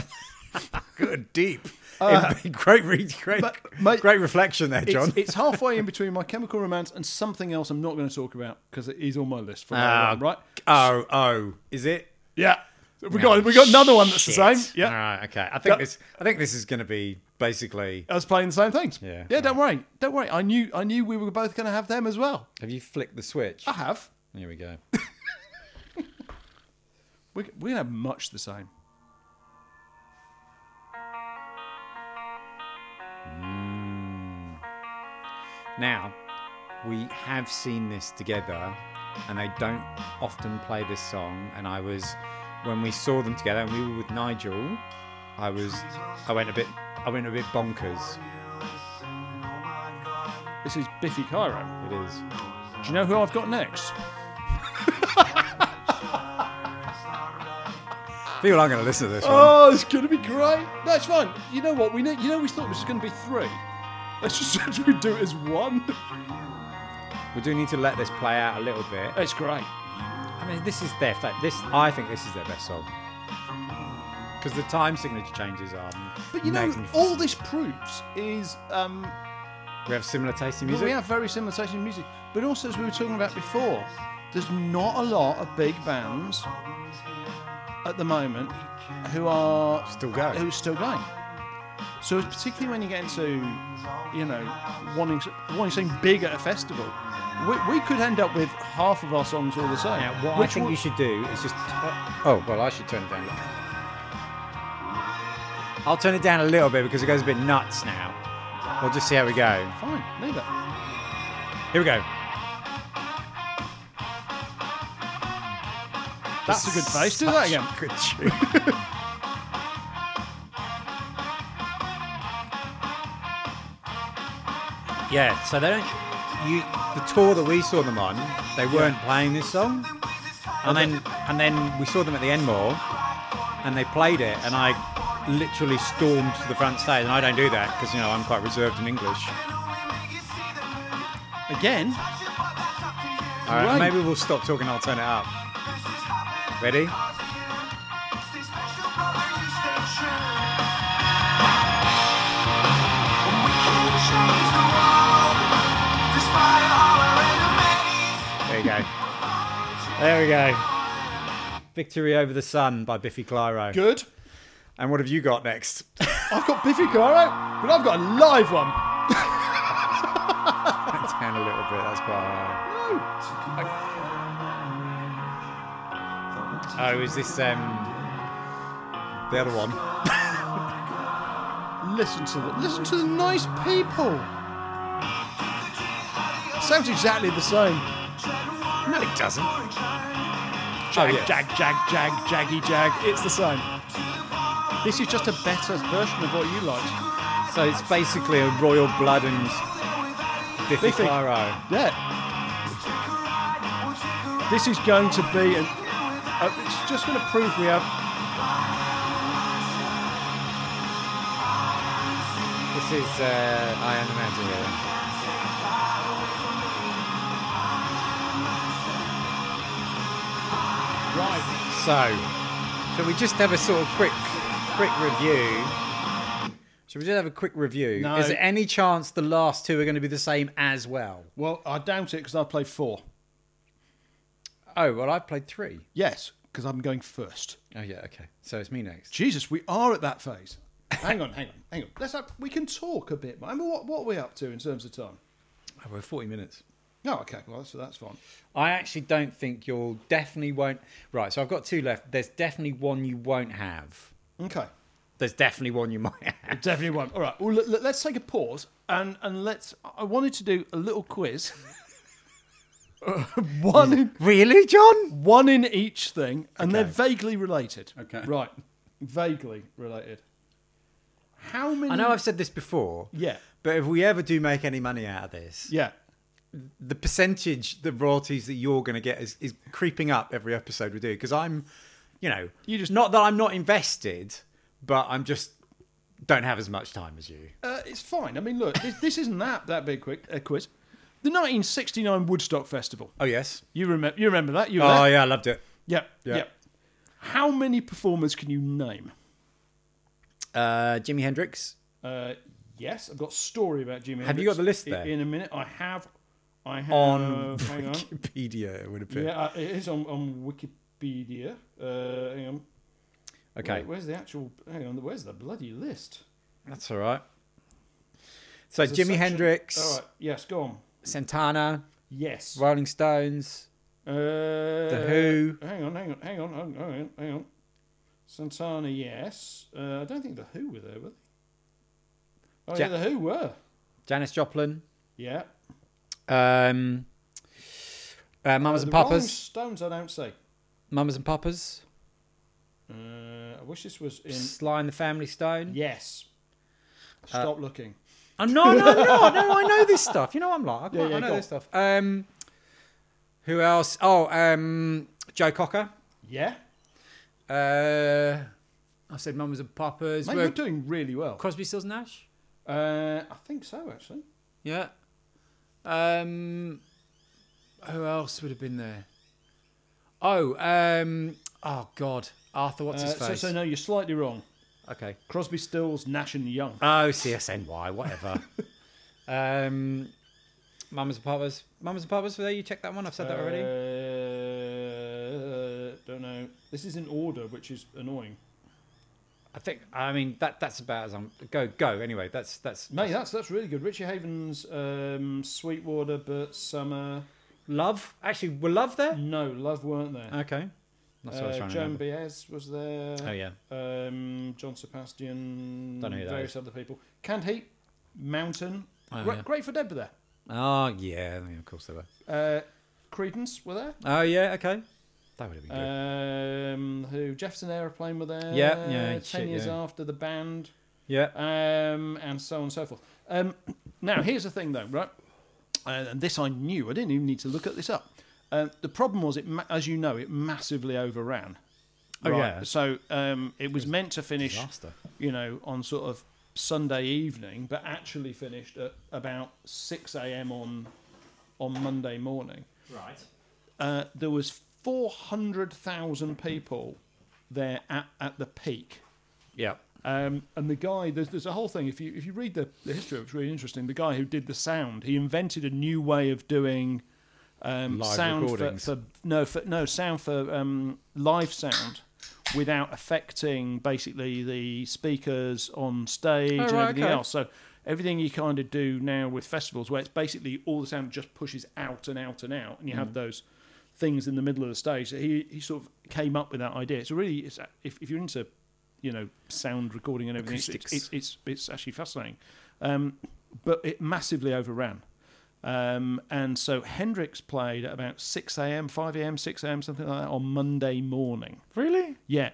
Speaker 1: Good, deep. It'd be great, re- great,
Speaker 2: Uh, but, mate,
Speaker 1: great reflection there, John.
Speaker 2: It's, it's halfway in between My Chemical Romance and something else I'm not going to talk about because it is on my list for later
Speaker 1: Uh,
Speaker 2: on, right?
Speaker 1: Oh, oh, is it?
Speaker 2: Ah. Yeah. We got we got another one that's Um, the
Speaker 1: Shit.
Speaker 2: same. Yeah.
Speaker 1: All right. Okay. I think
Speaker 2: Yeah.
Speaker 1: this. I think this is going to be basically.
Speaker 2: I was playing the same things.
Speaker 1: Yeah.
Speaker 2: Yeah, don't worry. Don't worry. I knew I knew we were both going to have them as well.
Speaker 1: Have you flicked the switch?
Speaker 2: I have.
Speaker 1: Here we go.
Speaker 2: We we can have much the same.
Speaker 1: Now, we have seen this together, and they don't often play this song. And I was, when we saw them together, and we were with Nigel, I was, I went a bit, I went a bit bonkers.
Speaker 2: This is Biffy Clyro.
Speaker 1: It is.
Speaker 2: Do you know who I've got next?
Speaker 1: People aren't going to listen to this one.
Speaker 2: Oh, it's going to be great. That's fine. You know what? We know, you know we thought this was going to be three. Let's just we do it as one.
Speaker 1: We do need to let this play out a little bit.
Speaker 2: It's great.
Speaker 1: I mean, this is their fa- this. I think this is their best song because the time signature changes are.
Speaker 2: But you know,
Speaker 1: magnificent.
Speaker 2: all this proves is um,
Speaker 1: we have similar taste in
Speaker 2: that
Speaker 1: music.
Speaker 2: we have very similar tastes in music. But also, as we were talking about before, there's not a lot of big bands at the moment who are
Speaker 1: Still going.
Speaker 2: Who are still going. So it's particularly when you get into, you know, wanting wanting something big at a festival, we, we could end up with half of our songs all the same.
Speaker 1: Now, what I
Speaker 2: which
Speaker 1: think
Speaker 2: would-
Speaker 1: you should do is just. oh well, I should turn it down. A little. I'll turn it down a little bit because it goes a bit nuts now. We'll just see how we go.
Speaker 2: fine leave it.
Speaker 1: Here we go.
Speaker 2: That's a good face. Do that
Speaker 1: Such
Speaker 2: again.
Speaker 1: a Good tune. yeah. So they don't. You the tour that we saw them on, they weren't playing this song, and then and then we saw them at the Enmore, and they played it, and I literally stormed to the front stage, and I don't do that because you know I'm quite reserved in English.
Speaker 2: Again,
Speaker 1: All right,
Speaker 2: Right.
Speaker 1: maybe we'll stop talking. I'll turn it up. Ready? There you go. There we go. Victory over the Sun by Biffy Clyro.
Speaker 2: good.
Speaker 1: And what have you got next?
Speaker 2: I've got Biffy Clyro, but I've got a live one.
Speaker 1: Down a little bit. That's quite. all right. Oh, is this um the other one?
Speaker 2: Listen to the listen to the nice people. Sounds exactly the same.
Speaker 1: No, it doesn't. Oh
Speaker 2: Jag,
Speaker 1: yes.
Speaker 2: jag, jag, jag, jaggy, jag. It's the same. This is just a better version of what you liked.
Speaker 1: So it's basically a royal blood and Biffy
Speaker 2: Biffy.
Speaker 1: Clyro.
Speaker 2: Yeah. This is going to be an, Uh, it's just going to prove we have.
Speaker 1: This is uh, I Am the Mountain Hero.
Speaker 2: Right.
Speaker 1: So, shall we just have a sort of quick, quick review? Shall we just have a quick review?
Speaker 2: No.
Speaker 1: Is there any chance the last two are going to be the same as well?
Speaker 2: Well, I doubt it because I've played four.
Speaker 1: Oh well, I played three.
Speaker 2: Yes, because I'm going first.
Speaker 1: Oh yeah, okay. So it's me next.
Speaker 2: Jesus, we are at that phase. hang on, hang on, hang on. Let's have, we can talk a bit. I mean, what what are we up to in terms of time?
Speaker 1: Oh, we're forty minutes.
Speaker 2: No, Oh, okay. Well, that's that's fine.
Speaker 1: I actually don't think you'll definitely won't. Right, so I've got two left. There's definitely one you won't have.
Speaker 2: Okay.
Speaker 1: There's definitely one you might have.
Speaker 2: Definitely one. All right. Well, let, us take a pause and and let's. I wanted to do a little quiz. one in
Speaker 1: Really, John?
Speaker 2: one in each thing, and
Speaker 1: Okay.
Speaker 2: they're vaguely related.
Speaker 1: Okay.
Speaker 2: Right. Vaguely related. How many?
Speaker 1: I know I've said this before,
Speaker 2: Yeah.
Speaker 1: but if we ever do make any money out of this,
Speaker 2: Yeah.
Speaker 1: the percentage, the royalties that you're going to get is, is creeping up every episode we do. Because I'm, you know,
Speaker 2: You just-
Speaker 1: not that I'm not invested, but I'm just don't have as much time as you.
Speaker 2: Uh, it's fine. I mean, look, this, this isn't that that big quick uh, quiz. The 1969 Woodstock Festival.
Speaker 1: Oh yes.
Speaker 2: You remember? You remember that? You were
Speaker 1: Oh
Speaker 2: there?
Speaker 1: yeah, I loved it.
Speaker 2: Yeah. Yeah.
Speaker 1: Yeah.
Speaker 2: How many performers can you name?
Speaker 1: Uh, Jimi Hendrix.
Speaker 2: Uh, yes, I've got a story about Jimi.
Speaker 1: Have you
Speaker 2: Hendrix
Speaker 1: got the list
Speaker 2: i-
Speaker 1: there?
Speaker 2: In a minute, I have. I have. uh,
Speaker 1: On
Speaker 2: hang on.
Speaker 1: Wikipedia, it would appear.
Speaker 2: Yeah, uh, it is on, on Wikipedia. Uh, hang on.
Speaker 1: Okay.
Speaker 2: Where- where's the actual? Hang on. Where's the bloody list?
Speaker 1: That's all right. So
Speaker 2: There's a
Speaker 1: Jimi
Speaker 2: section-
Speaker 1: Hendrix,
Speaker 2: All right. Yes. Go on.
Speaker 1: Santana,
Speaker 2: Yes.
Speaker 1: Rolling Stones.
Speaker 2: Uh,
Speaker 1: Who.
Speaker 2: Hang on, hang on, hang on, hang on, hang on. Hang on. Santana, yes. Uh, I don't think the Who were there, were they? Oh,
Speaker 1: Ja-
Speaker 2: yeah, the Who were.
Speaker 1: Janis Joplin,
Speaker 2: Yeah.
Speaker 1: um, uh, Mamas
Speaker 2: Uh,
Speaker 1: and
Speaker 2: the Rolling
Speaker 1: Papas,
Speaker 2: Stones, I don't say.
Speaker 1: Mamas and Papas,
Speaker 2: Uh, I wish this was in.
Speaker 1: Sly and the Family Stone.
Speaker 2: Yes.
Speaker 1: Uh,
Speaker 2: Stop looking.
Speaker 1: Oh, no, no, no, no, I know this stuff. You know, I'm like, I, quite-
Speaker 2: yeah,
Speaker 1: I know
Speaker 2: go
Speaker 1: this stuff. Um, who else? Oh, um, Joe Cocker.
Speaker 2: Yeah.
Speaker 1: Uh, I said Mamas and Papas.
Speaker 2: Mate,
Speaker 1: Were
Speaker 2: you're doing really well.
Speaker 1: Crosby, Stills, Nash.
Speaker 2: Uh, I think so, actually.
Speaker 1: Yeah. Um, who else would have been there? Oh, um, oh God, Arthur, what's
Speaker 2: Uh,
Speaker 1: his
Speaker 2: so,
Speaker 1: face?
Speaker 2: so, no, you're slightly wrong.
Speaker 1: Okay.
Speaker 2: Crosby, Stills, Nash, and Young.
Speaker 1: Oh, CSNY, whatever. um, Mamas and Papas, Mamas and Papas. Were there? You checked that one. I've said that already.
Speaker 2: Uh, don't know. This is in order, which is annoying.
Speaker 1: I think. I mean, that that's about as I'm. Go go. Anyway, that's that's
Speaker 2: Mate, that's that's really good. Richie Havens, um, Sweetwater, Burt Summer.
Speaker 1: love. Actually, were love there?
Speaker 2: No, Love weren't there.
Speaker 1: Okay. That's what I was
Speaker 2: Mm. Uh,
Speaker 1: Uh, trying to
Speaker 2: Joan
Speaker 1: remember.
Speaker 2: Baez was there.
Speaker 1: Oh yeah.
Speaker 2: Um, John Sebastian.
Speaker 1: Don't know who that
Speaker 2: various other people. Canned Heat, Mountain.
Speaker 1: Oh,
Speaker 2: Gra-
Speaker 1: yeah.
Speaker 2: Grateful Dead were there.
Speaker 1: Oh yeah. yeah, Of course they were.
Speaker 2: Uh, Credence were there.
Speaker 1: Oh yeah. Okay. That would have been good.
Speaker 2: Uh, Um, who Jefferson Aeroplane were there.
Speaker 1: Yeah, yeah,
Speaker 2: Ten
Speaker 1: shit,
Speaker 2: years
Speaker 1: yeah.
Speaker 2: after the band.
Speaker 1: yeah.
Speaker 2: um, and so on and so forth. Um, now, here's the thing, though, right? Uh, and this I knew. I didn't even need to look at this up. Um the problem was, it ma- as you know, it massively overran.
Speaker 1: Oh,
Speaker 2: Right?
Speaker 1: yeah.
Speaker 2: So um, it was meant to finish,
Speaker 1: Disaster.
Speaker 2: you know, on sort of Sunday evening, but actually finished at about six a.m. on on Monday morning.
Speaker 1: Right.
Speaker 2: Uh, there was four hundred thousand people there at, at the peak.
Speaker 1: Yeah.
Speaker 2: Um, and the guy, there's, there's a whole thing. If you if you read the, the history, it's really interesting. The guy who did the sound, he invented a new way of doing um,
Speaker 1: Live
Speaker 2: sound for,
Speaker 1: recordings.
Speaker 2: for no for, no sound for um, live sound without affecting basically the speakers on stage and
Speaker 1: Oh, right,
Speaker 2: everything
Speaker 1: okay.
Speaker 2: else. So everything you kind of do now with festivals, where it's basically all the sound just pushes out and out and out, and you
Speaker 1: Mm.
Speaker 2: have those things in the middle of the stage. So he he sort of came up with that idea. It's a really it's, a- if if you're into you know sound recording and everything, it's, it's,
Speaker 1: Acoustics.
Speaker 2: it's it's it's actually fascinating. Um, but it massively overran. Um, and so Hendrix played at about 6 a.m., 5 a.m., 6 a.m., something like that on Monday morning.
Speaker 1: Really? Hmm.
Speaker 2: Yeah.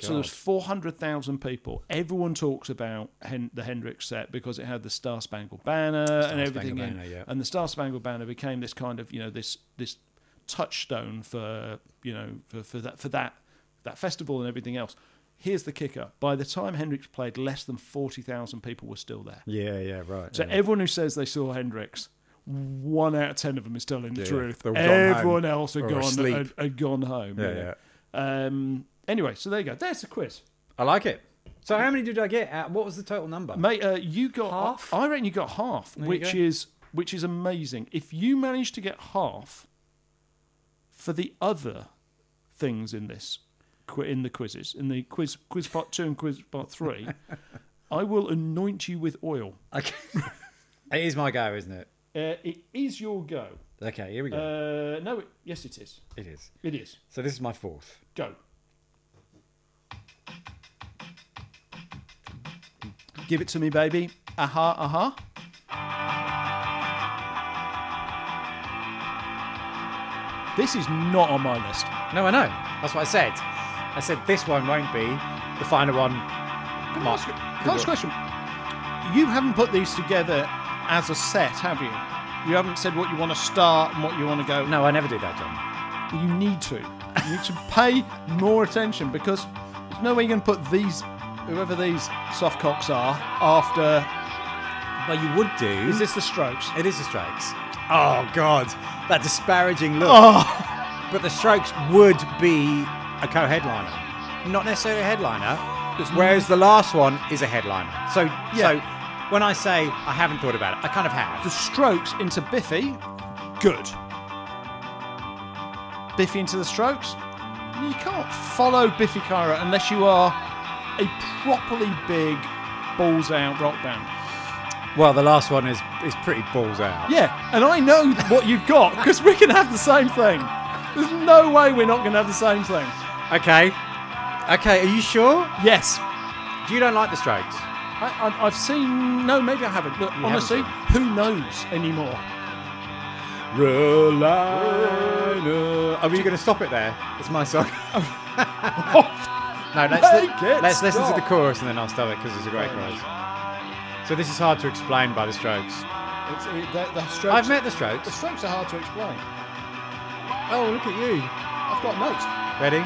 Speaker 2: so there's
Speaker 1: God.
Speaker 2: 400,000 people. Everyone talks about Hen- the Hendrix set because it had the Star Spangled Banner and
Speaker 1: Spangled
Speaker 2: everything. in.
Speaker 1: Banner, yeah.
Speaker 2: And the Star Spangled Banner became this kind of, you know, this this touchstone for you know for, for that for that that festival and everything else. Here's the kicker: by the time Hendrix played, less than forty thousand people were still there.
Speaker 1: Yeah, yeah, right.
Speaker 2: So
Speaker 1: yeah.
Speaker 2: everyone who says they saw Hendrix, one out of ten of them is telling the
Speaker 1: Yeah,
Speaker 2: truth.
Speaker 1: they're all gone
Speaker 2: Everyone
Speaker 1: home
Speaker 2: else had
Speaker 1: or
Speaker 2: gone
Speaker 1: asleep.
Speaker 2: had, had gone home.
Speaker 1: Yeah,
Speaker 2: Um, anyway, so there you go. There's the quiz,
Speaker 1: I like it. So how many did I get? Out? What was the total number?
Speaker 2: mate. Uh, you got
Speaker 1: Half?
Speaker 2: I reckon you got half, which
Speaker 1: go.
Speaker 2: is which is amazing. If you manage to get half for the other things in this qui- in the quizzes in the quiz quiz part two and quiz part three, I will anoint you with oil.
Speaker 1: Okay. it is my go, isn't it?
Speaker 2: Uh, it is your go.
Speaker 1: Okay, here we go.
Speaker 2: Uh, no, it, yes, it is.
Speaker 1: it is.
Speaker 2: It is.
Speaker 1: So this is my fourth.
Speaker 2: Go. Give it to me, baby. Aha, aha. This is not on my list.
Speaker 1: No, I know. That's what I said. I said this one won't be the final one.
Speaker 2: Can I
Speaker 1: Mark,
Speaker 2: ask you- can
Speaker 1: good
Speaker 2: I ask a question? You haven't put these together as a set, have you? You haven't said what you want to start and what you want to go.
Speaker 1: No, I never do that, John.
Speaker 2: You need to. You need to pay more attention because there's no way you're going to put these, whoever these soft cocks are, after.
Speaker 1: But you would do.
Speaker 2: Is this the strokes?
Speaker 1: It is the Strokes. Oh God, that disparaging look.
Speaker 2: Oh,
Speaker 1: But the Strokes would be a co-headliner, not necessarily a headliner. Whereas the last one is a headliner. So, so when I say I haven't thought about it, I kind of have.
Speaker 2: the strokes into Biffy. Good. Biffy into the strokes. You can't follow Biffy Clyro unless you are a properly big, balls out rock band.
Speaker 1: Well, the last one is is pretty balls out.
Speaker 2: Yeah, and I know what you've got because we can have the same thing. There's no way we're not going to have the same thing.
Speaker 1: Okay. Okay. Are you sure?
Speaker 2: Yes,
Speaker 1: You don't like the Strokes?
Speaker 2: I, I, I've seen. No, maybe I haven't. Look, honestly, who knows anymore?
Speaker 1: Rolina. Are we going to stop it there? It's my song. no, let's
Speaker 2: Make it
Speaker 1: let's listen to
Speaker 2: stop.
Speaker 1: the chorus and then I'll stop it because it's a great chorus. So this is hard to explain by the Strokes.
Speaker 2: It's, it, the, the strokes,
Speaker 1: I've met the
Speaker 2: The
Speaker 1: Strokes.
Speaker 2: strokes are hard to explain.
Speaker 1: Oh, look at you.
Speaker 2: I've got notes.
Speaker 1: Ready?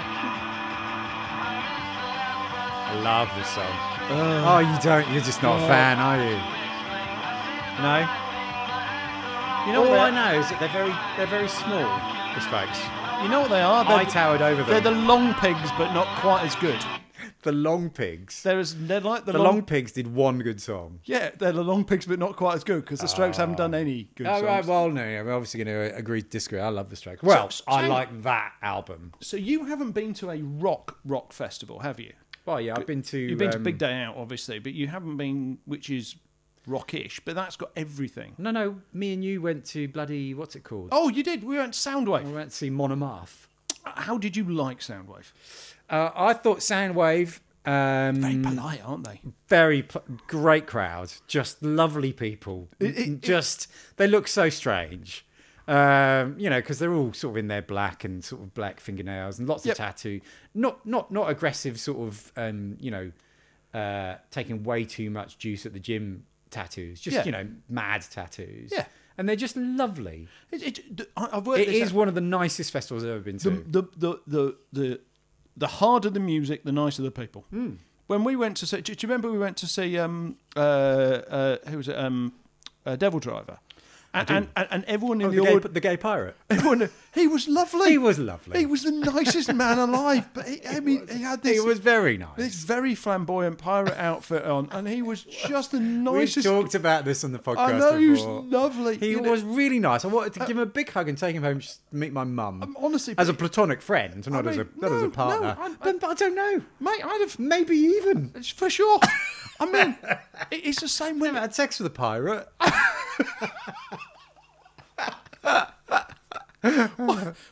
Speaker 1: I love this song. oh, you don't. You're just not a fan, are you? No. You know
Speaker 2: All
Speaker 1: all I
Speaker 2: I
Speaker 1: know is that they're very they're very small. The Strokes.
Speaker 2: You know what they are? They're,
Speaker 1: I towered over
Speaker 2: they're
Speaker 1: them.
Speaker 2: the long pigs, but not quite as good.
Speaker 1: the long pigs.
Speaker 2: There is, they're like the,
Speaker 1: The long pigs did one good song.
Speaker 2: Yeah, they're the long pigs, but not quite as good because the Strokes haven't done any good
Speaker 1: Oh,
Speaker 2: songs.
Speaker 1: right. Well, no, yeah, we're obviously going to agree to disagree. I love the Strokes. Well,
Speaker 2: so-
Speaker 1: I like that album.
Speaker 2: So you haven't been to a rock rock festival, have you?
Speaker 1: Well, yeah, I've been to.
Speaker 2: You've been to
Speaker 1: um,
Speaker 2: Big Day Out, obviously, but you haven't been, which is rockish, but that's got everything.
Speaker 1: No, no. Me and you went to bloody what's it called?
Speaker 2: Oh, you did. We went to
Speaker 1: We
Speaker 2: Soundwave.
Speaker 1: went to see Monomath.
Speaker 2: How did you like Soundwave?
Speaker 1: Uh, I thought Soundwave. Um,
Speaker 2: Very polite, aren't they?
Speaker 1: very pl- great crowd, just lovely people. just they look so strange, um, you know, because they're all sort of in their black and sort of black fingernails and lots
Speaker 2: Yep.
Speaker 1: of tattoo. Not not not aggressive, sort of um, you know, uh, taking way too much juice at the gym tattoos. Just
Speaker 2: Yeah.
Speaker 1: you know, mad tattoos.
Speaker 2: Yeah.
Speaker 1: and they're just lovely.
Speaker 2: It, it, I- I've worked
Speaker 1: It
Speaker 2: this Mm.
Speaker 1: is one of the nicest festivals I've ever been to.
Speaker 2: the the the the the harder the music, the nicer the people.
Speaker 1: Hmm.
Speaker 2: When we went to see, do you remember we went to see um uh, uh who was it um uh, Devil Driver, and and, and, and everyone in
Speaker 1: Oh,
Speaker 2: the,
Speaker 1: the,
Speaker 2: audience,
Speaker 1: gay, the gay pirate.
Speaker 2: everyone he was lovely.
Speaker 1: He was lovely.
Speaker 2: He was the nicest man alive. But he, I mean, he had this.
Speaker 1: It was very nice.
Speaker 2: this very flamboyant pirate outfit on, and he was just the
Speaker 1: We've
Speaker 2: nicest.
Speaker 1: talked about this on the podcast.
Speaker 2: I know he was
Speaker 1: before.
Speaker 2: lovely.
Speaker 1: He
Speaker 2: you know. Uh,
Speaker 1: was really nice. I wanted to give him a big hug and take him home just to meet my mum.
Speaker 2: honestly,
Speaker 1: as a
Speaker 2: but-
Speaker 1: platonic friend, not as a
Speaker 2: mean,
Speaker 1: not as
Speaker 2: no,
Speaker 1: a partner.
Speaker 2: no, I-
Speaker 1: but, but I don't know.
Speaker 2: mate. I'd have
Speaker 1: Maybe even
Speaker 2: It's for sure. I mean, it- it's the same
Speaker 1: I
Speaker 2: when
Speaker 1: had sex with a pirate.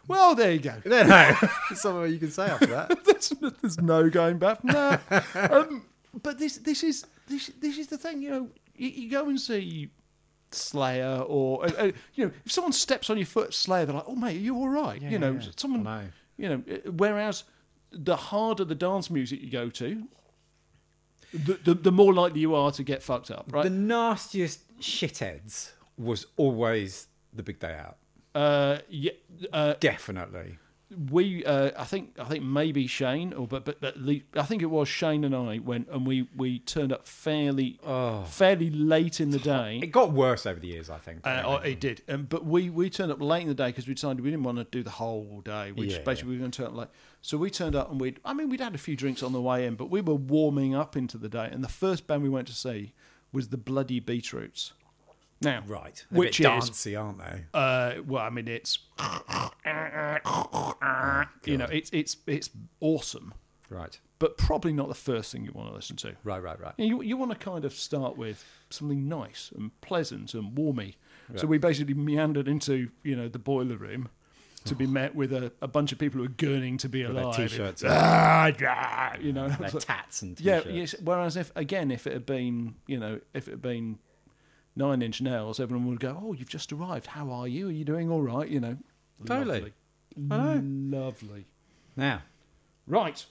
Speaker 2: Well, there you go.
Speaker 1: I don't know. Something you can say after that.
Speaker 2: There's, there's no going back from that. Um, but this this is this this is the thing. You know, you, you go and see Slayer, or uh, uh, you know, if someone steps on your foot, at Slayer, they're like, "Oh, mate, are you all right?" you know,
Speaker 1: yeah.
Speaker 2: someone.
Speaker 1: I know.
Speaker 2: You know, uh, whereas the harder the dance music you go to, the the, the more likely you are to get fucked up, right?
Speaker 1: The nastiest shitheads was always the big day out.
Speaker 2: Uh, yeah, uh,
Speaker 1: Definitely.
Speaker 2: we uh, I think I think maybe Shane or but but at least, I think it was Shane and I went and we we turned up fairly
Speaker 1: Oh.
Speaker 2: fairly late in the
Speaker 1: It
Speaker 2: day.
Speaker 1: got worse over the years, I think.
Speaker 2: Uh, oh, it did, um, but we we turned up late in the day because we decided we didn't want to do the whole day. Which
Speaker 1: Yeah, yeah.
Speaker 2: basically we were going to turn up late. So we turned up and we would I mean we'd had a few drinks on the way in, but we were warming up into the day. And the first band we went to see was the Bloody Beetroots. Now,
Speaker 1: right. They're
Speaker 2: which
Speaker 1: a bit
Speaker 2: is
Speaker 1: dancey, aren't they?
Speaker 2: uh, well, I mean, it's
Speaker 1: Oh,
Speaker 2: you know, it's it's it's awesome,
Speaker 1: Right.
Speaker 2: but probably not the first thing you want to listen to.
Speaker 1: Right, right, right.
Speaker 2: You you want to kind of start with something nice and pleasant and warmy. So we basically meandered into you know the boiler room. To
Speaker 1: Oh.
Speaker 2: be met with a, a bunch of people who are gurning to be
Speaker 1: Their
Speaker 2: alive.
Speaker 1: t-shirts, and
Speaker 2: Ah, yeah, you know,
Speaker 1: their
Speaker 2: it's like-
Speaker 1: tats and
Speaker 2: yeah,
Speaker 1: t-shirts.
Speaker 2: yes. Whereas if again, if it had been, you know, if it had been Nine Inch Nails, everyone would go, "Oh, you've just arrived. How are you? Are you doing all right?" You know,
Speaker 1: Totally.
Speaker 2: lovely, Mm. lovely.
Speaker 1: Now,
Speaker 2: Right,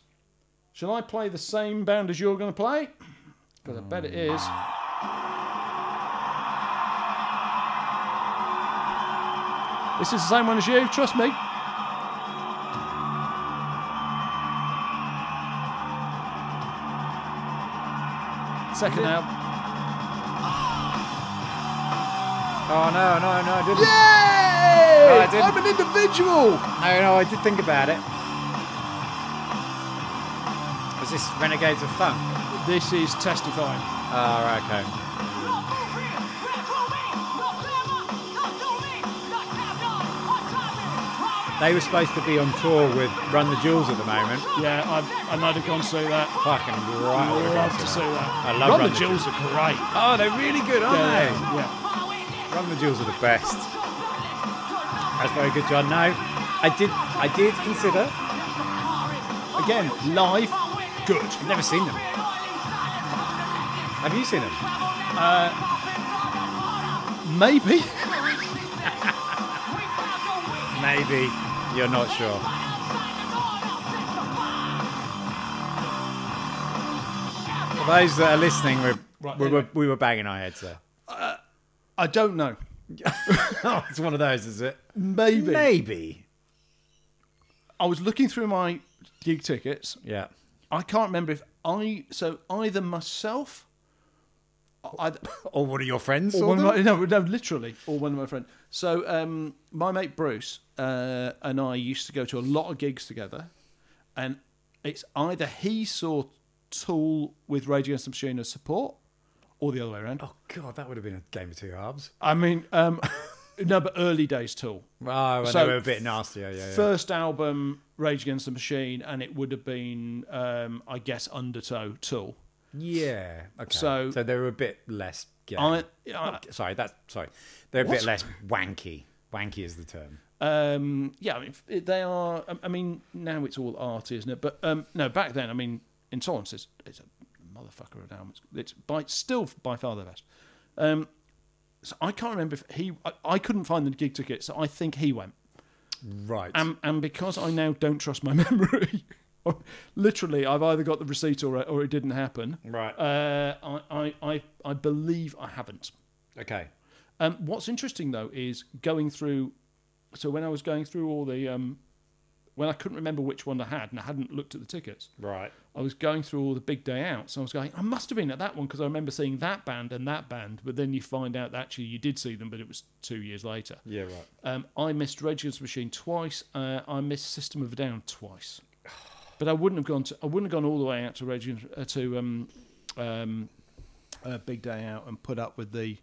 Speaker 2: shall I play the same band as you're going to play? Because I bet it is. This is the same one as you. Trust me. Second out.
Speaker 1: oh no, no, no, I didn't.
Speaker 2: Yay!
Speaker 1: I didn't-
Speaker 2: I'm an individual.
Speaker 1: No, no, I did think about it. Was this Renegades of Fun?
Speaker 2: This is testifying.
Speaker 1: Oh, right, okay. They were supposed to be on tour with Run the Jewels at the moment.
Speaker 2: Yeah, I'd, I'd have gone to see that.
Speaker 1: Fucking right. I
Speaker 2: I
Speaker 1: would've
Speaker 2: love
Speaker 1: gone
Speaker 2: to
Speaker 1: to
Speaker 2: see that.
Speaker 1: I love Run
Speaker 2: the
Speaker 1: the
Speaker 2: Jewels are great.
Speaker 1: Oh, they're really good, aren't
Speaker 2: Yeah, yeah.
Speaker 1: they? Run the Jewels are the best. That's very good, John. No, I did. I did consider.
Speaker 2: Again, live, good.
Speaker 1: I've never seen them. Have you seen them?
Speaker 2: Maybe. Uh,
Speaker 1: Maybe. You're not sure. For those that are listening, we're,
Speaker 2: Right,
Speaker 1: we,
Speaker 2: anyway.
Speaker 1: were, we were banging our heads there.
Speaker 2: I don't know.
Speaker 1: Oh, it's one of those, is it?
Speaker 2: Maybe.
Speaker 1: Maybe.
Speaker 2: I was looking through my gig tickets.
Speaker 1: Yeah.
Speaker 2: I can't remember if I so either myself. I,
Speaker 1: Or one of your friends
Speaker 2: or
Speaker 1: saw
Speaker 2: one of
Speaker 1: them?
Speaker 2: my, no, no, literally, or one of my friends. So um, my mate Bruce uh, and I used to go to a lot of gigs together, and it's either he saw Tool with Rage Against the Machine as support, or the other way around.
Speaker 1: Oh god, that would have been a game of two halves.
Speaker 2: I mean, um, no, but early days Tool.
Speaker 1: Wow, and
Speaker 2: So-
Speaker 1: they were a bit nastier. Yeah, yeah.
Speaker 2: First album, Rage Against the Machine, and it would have been, um, I guess, Undertow Tool.
Speaker 1: yeah. Okay.
Speaker 2: So-
Speaker 1: So, they were a bit less. Gay.
Speaker 2: I, I,
Speaker 1: sorry, that's sorry. They're a
Speaker 2: What?
Speaker 1: bit less wanky. Wanky is the term.
Speaker 2: Um, yeah, I mean, f- they are. I- I mean, now it's all art, isn't it? But um, no, back then, I mean, Intolerance is it's a motherfucker of an album. It's, it's by still by far the best. Um, so I can't remember if he. I, I couldn't find the gig ticket, so I think he went.
Speaker 1: Right.
Speaker 2: And and because I now don't trust my memory, literally, I've either got the receipt or or it didn't happen.
Speaker 1: Right.
Speaker 2: Uh, I, I I I believe I haven't.
Speaker 1: okay.
Speaker 2: Um, what's interesting though is going through. So when I was going through all the, um, when I couldn't remember which one I had, and I hadn't looked at the tickets,
Speaker 1: Right.
Speaker 2: I was going through all the big day outs, and I was going, I must have been at that one because I remember seeing that band and that band. But then you find out that actually you did see them, but it was two years later.
Speaker 1: Yeah. Right.
Speaker 2: Um, I missed Regiment's Machine twice. Uh, I missed System of a Down twice. But I wouldn't have gone to. I wouldn't have gone all the way out to Regis, uh, to um, um, uh, Big Day Out and put up with the,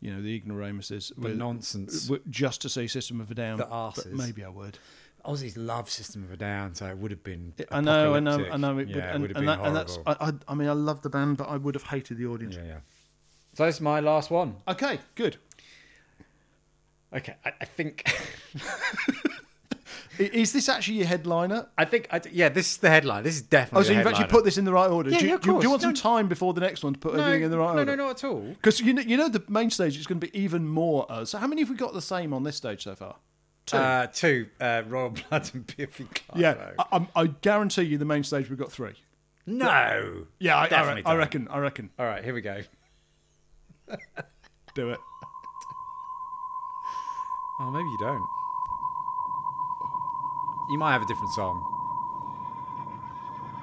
Speaker 2: you know, the ignoramuses,
Speaker 1: The
Speaker 2: with-
Speaker 1: nonsense.
Speaker 2: with- just to see System of a Down.
Speaker 1: The
Speaker 2: but
Speaker 1: arses.
Speaker 2: Maybe I would.
Speaker 1: Aussies love System of a Down, so it would have been.
Speaker 2: I know. I know. I
Speaker 1: apocalyptic.
Speaker 2: know. It
Speaker 1: yeah, it
Speaker 2: would, and,
Speaker 1: would have
Speaker 2: and
Speaker 1: been
Speaker 2: that, and
Speaker 1: horrible.
Speaker 2: that's. I, I, I mean, I love the band, but I would have hated the audience.
Speaker 1: yeah, yeah. So that's my last one.
Speaker 2: Okay. Good.
Speaker 1: Okay, I, I think.
Speaker 2: I- Is this actually your headliner?
Speaker 1: I think. I, yeah, this is the headline. This is definitely.
Speaker 2: Oh, so
Speaker 1: the
Speaker 2: you've actually
Speaker 1: headliner.
Speaker 2: put this in the right order.
Speaker 1: Yeah,
Speaker 2: do, you,
Speaker 1: yeah, of
Speaker 2: do you- do you
Speaker 1: course.
Speaker 2: want some
Speaker 1: No.
Speaker 2: time before the next one to put
Speaker 1: no,
Speaker 2: everything in the right
Speaker 1: no,
Speaker 2: order?
Speaker 1: no, not at all.
Speaker 2: Because you know, you know, the main stage is going to be even more us. How many have we got the same on this stage so far? Two.
Speaker 1: Uh, two uh, Royal Blood and E Biffy Clyro.
Speaker 2: yeah, I, I'm- I guarantee you, the main stage we've got three.
Speaker 1: No.
Speaker 2: Yeah, I, I, re-
Speaker 1: Definitely
Speaker 2: I
Speaker 1: don't.
Speaker 2: reckon. I reckon.
Speaker 1: All right, here we go.
Speaker 2: Do it.
Speaker 1: Oh, maybe you don't. You might have a different song.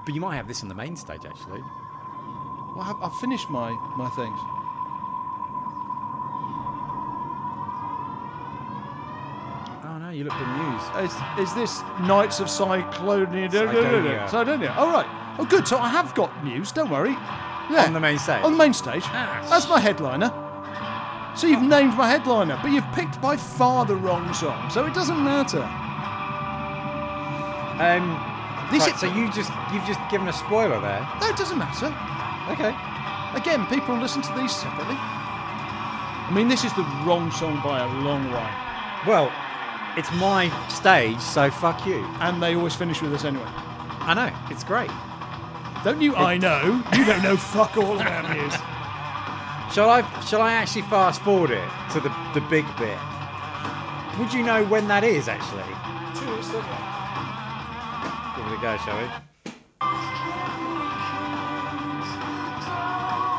Speaker 1: But you might have this on the main stage, actually.
Speaker 2: Well, I've, I've finished my, my things.
Speaker 1: Oh, no, you look bemused.
Speaker 2: Is, is this Knights of Cyclonia?
Speaker 1: Cydonia.
Speaker 2: Cydonia. All right. Oh, good. So I have got news. Don't worry. Yeah.
Speaker 1: On the main stage.
Speaker 2: On the main stage.
Speaker 1: Ah,
Speaker 2: That's my headliner. So you've named my headliner, but you've picked by far the wrong song. So it doesn't matter.
Speaker 1: Um,
Speaker 2: This
Speaker 1: right,
Speaker 2: is,
Speaker 1: so you just you've just given a spoiler there.
Speaker 2: no, it doesn't matter.
Speaker 1: Okay.
Speaker 2: Again, people listen to these separately. I mean, this is the wrong song by a long way,
Speaker 1: Well, it's my stage, so fuck you.
Speaker 2: and they always finish with this anyway.
Speaker 1: I know. It's great.
Speaker 2: Don't you? I know. You don't know fuck all about news.
Speaker 1: Shall I shall I actually fast forward it to the the big bit? Would you know when that is actually? Give it a go, shall we?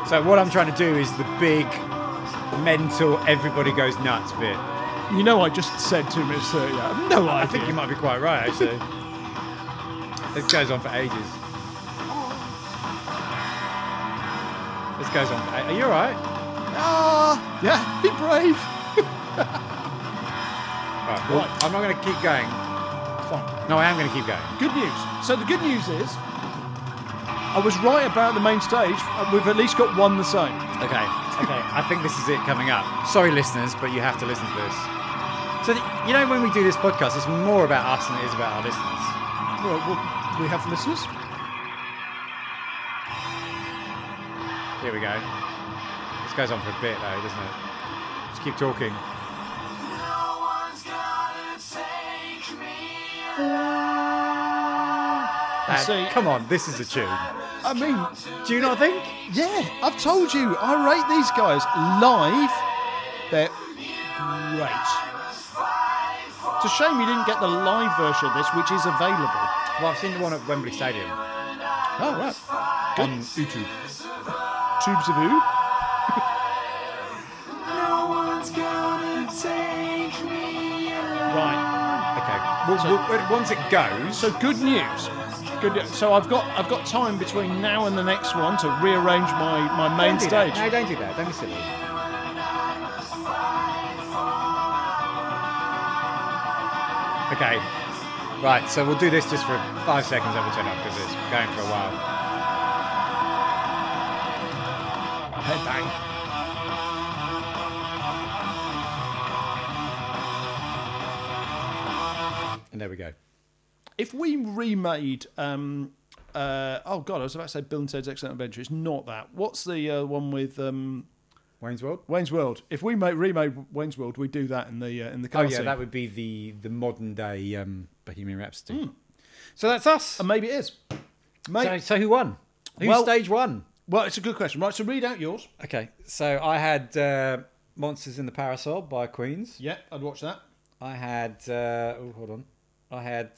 Speaker 1: So what I'm trying to do is the big mental everybody goes nuts bit.
Speaker 2: You know, I just said two minutes thirty. I have no idea.
Speaker 1: I think you might be quite right actually. this goes on for ages. This goes on. For, are you alright?
Speaker 2: Ah, yeah. Be brave.
Speaker 1: Right, well,
Speaker 2: Right.
Speaker 1: I'm not going to keep going.
Speaker 2: Fine.
Speaker 1: No, I am going to keep going.
Speaker 2: Good news. So the good news is, I was right about the main stage. Uh, We've at least got one the same.
Speaker 1: Okay, okay. I think this is it coming up. Sorry, listeners, but you have to listen to this. So, that- you know, when we do this podcast, it's more about us than it is about our listeners.
Speaker 2: Well, well we have listeners.
Speaker 1: Here we go. This goes on for a bit, though, doesn't it? Just keep talking. Uh,
Speaker 2: See-
Speaker 1: come on, this is a tune.
Speaker 2: I mean,
Speaker 1: Do you not think?
Speaker 2: Yeah, I've told you. I rate these guys live. They're great. It's a shame you didn't get the live version of this, which is available.
Speaker 1: Well, I've seen the one at Wembley Stadium
Speaker 2: Oh, right.
Speaker 1: on YouTube.
Speaker 2: Tubes of Ooh. Right.
Speaker 1: Okay. Well, well, once it goes,
Speaker 2: So good news. Good. news. So I've got I've got time between now and the next one to rearrange my, my main
Speaker 1: Don't do that.
Speaker 2: stage.
Speaker 1: No, don't do that. Don't be silly. Okay. Right, so we'll do this just for five seconds and we'll turn it off because it's going for a while.
Speaker 2: Headbang.
Speaker 1: And there we go.
Speaker 2: If we remade, um, uh, oh god, I was about to say Bill and Ted's Excellent Adventure. It's not that. What's the uh, one with um,
Speaker 1: Wayne's World?
Speaker 2: Wayne's World. If we make remade Wayne's World, we do that in the uh, in the
Speaker 1: Oh,
Speaker 2: car
Speaker 1: yeah, that would be the, the modern day um, Bohemian Rhapsody.
Speaker 2: Hmm.
Speaker 1: So that's us.
Speaker 2: and maybe it is.
Speaker 1: So,
Speaker 2: Maybe.
Speaker 1: so who won? Who's
Speaker 2: Well-
Speaker 1: stage one?
Speaker 2: well, it's a good question, right? So read out yours.
Speaker 1: Okay, so I had uh, Monsters in the Parasol by Queens.
Speaker 2: Yeah, I'd watch that.
Speaker 1: I had. Uh, oh, hold on. I had.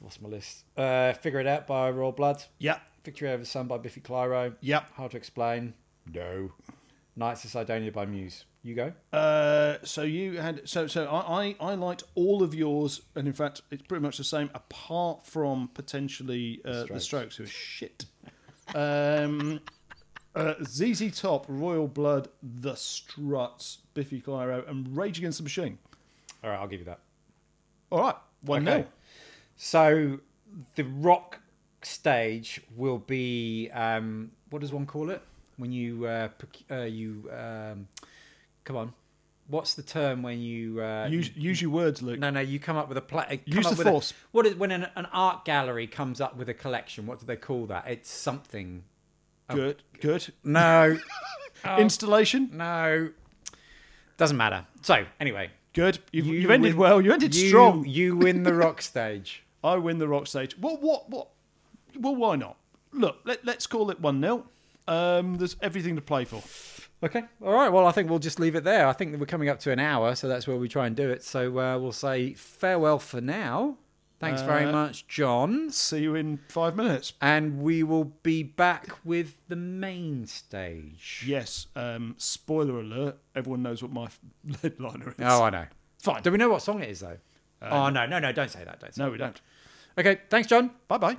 Speaker 1: What's my list? Uh, Figure It Out by Royal Blood.
Speaker 2: Yeah,
Speaker 1: Victory Over the Sun by Biffy Clyro.
Speaker 2: yeah.
Speaker 1: Hard to Explain. No. Knights of Sidonia by Muse. You go.
Speaker 2: Uh, so you had so so I, I I liked all of yours, and in fact, it's pretty much the same, apart from potentially uh, the
Speaker 1: Strokes.
Speaker 2: Strokes, who are shit. um, uh, ZZ Top, Royal Blood, The Struts, Biffy Clyro, and Rage Against the Machine.
Speaker 1: All right, I'll give you that.
Speaker 2: All right, one
Speaker 1: Okay.
Speaker 2: nil.
Speaker 1: So the rock stage will be um, what does one call it when you uh, proc- uh, you um, come on. What's the term when you uh,
Speaker 2: Use use your words, Luke.
Speaker 1: No, no, you come up with a pla- come
Speaker 2: Use
Speaker 1: up
Speaker 2: the
Speaker 1: with a-
Speaker 2: force.
Speaker 1: what is when an, an art gallery comes up with a collection? What do they call that? It's something.
Speaker 2: Good, good.
Speaker 1: No, Oh.
Speaker 2: Installation.
Speaker 1: no, doesn't matter. So anyway,
Speaker 2: Good. You've,
Speaker 1: you
Speaker 2: you've ended
Speaker 1: win-
Speaker 2: well. You ended
Speaker 1: you-
Speaker 2: strong.
Speaker 1: You win the rock stage.
Speaker 2: I win the rock stage. Well, what? What? Well, why not? Look, let, let's call it one 0 um, There's everything to play for.
Speaker 1: Okay. All right. Well, I think we'll just leave it there. I think that we're coming up to an hour, so that's where we try and do it. So uh, we'll say farewell for now. Thanks very
Speaker 2: Uh,
Speaker 1: much, John.
Speaker 2: See you in five minutes.
Speaker 1: And we will be back with the main stage.
Speaker 2: Yes. Um, spoiler alert. Everyone knows what my f- lead liner is.
Speaker 1: Oh, I know.
Speaker 2: Fine.
Speaker 1: Do we know what song it is, though? oh, no, no, no, don't say that. Don't say
Speaker 2: Uh, no, we don't.
Speaker 1: that. Okay, thanks, John.
Speaker 2: Bye bye.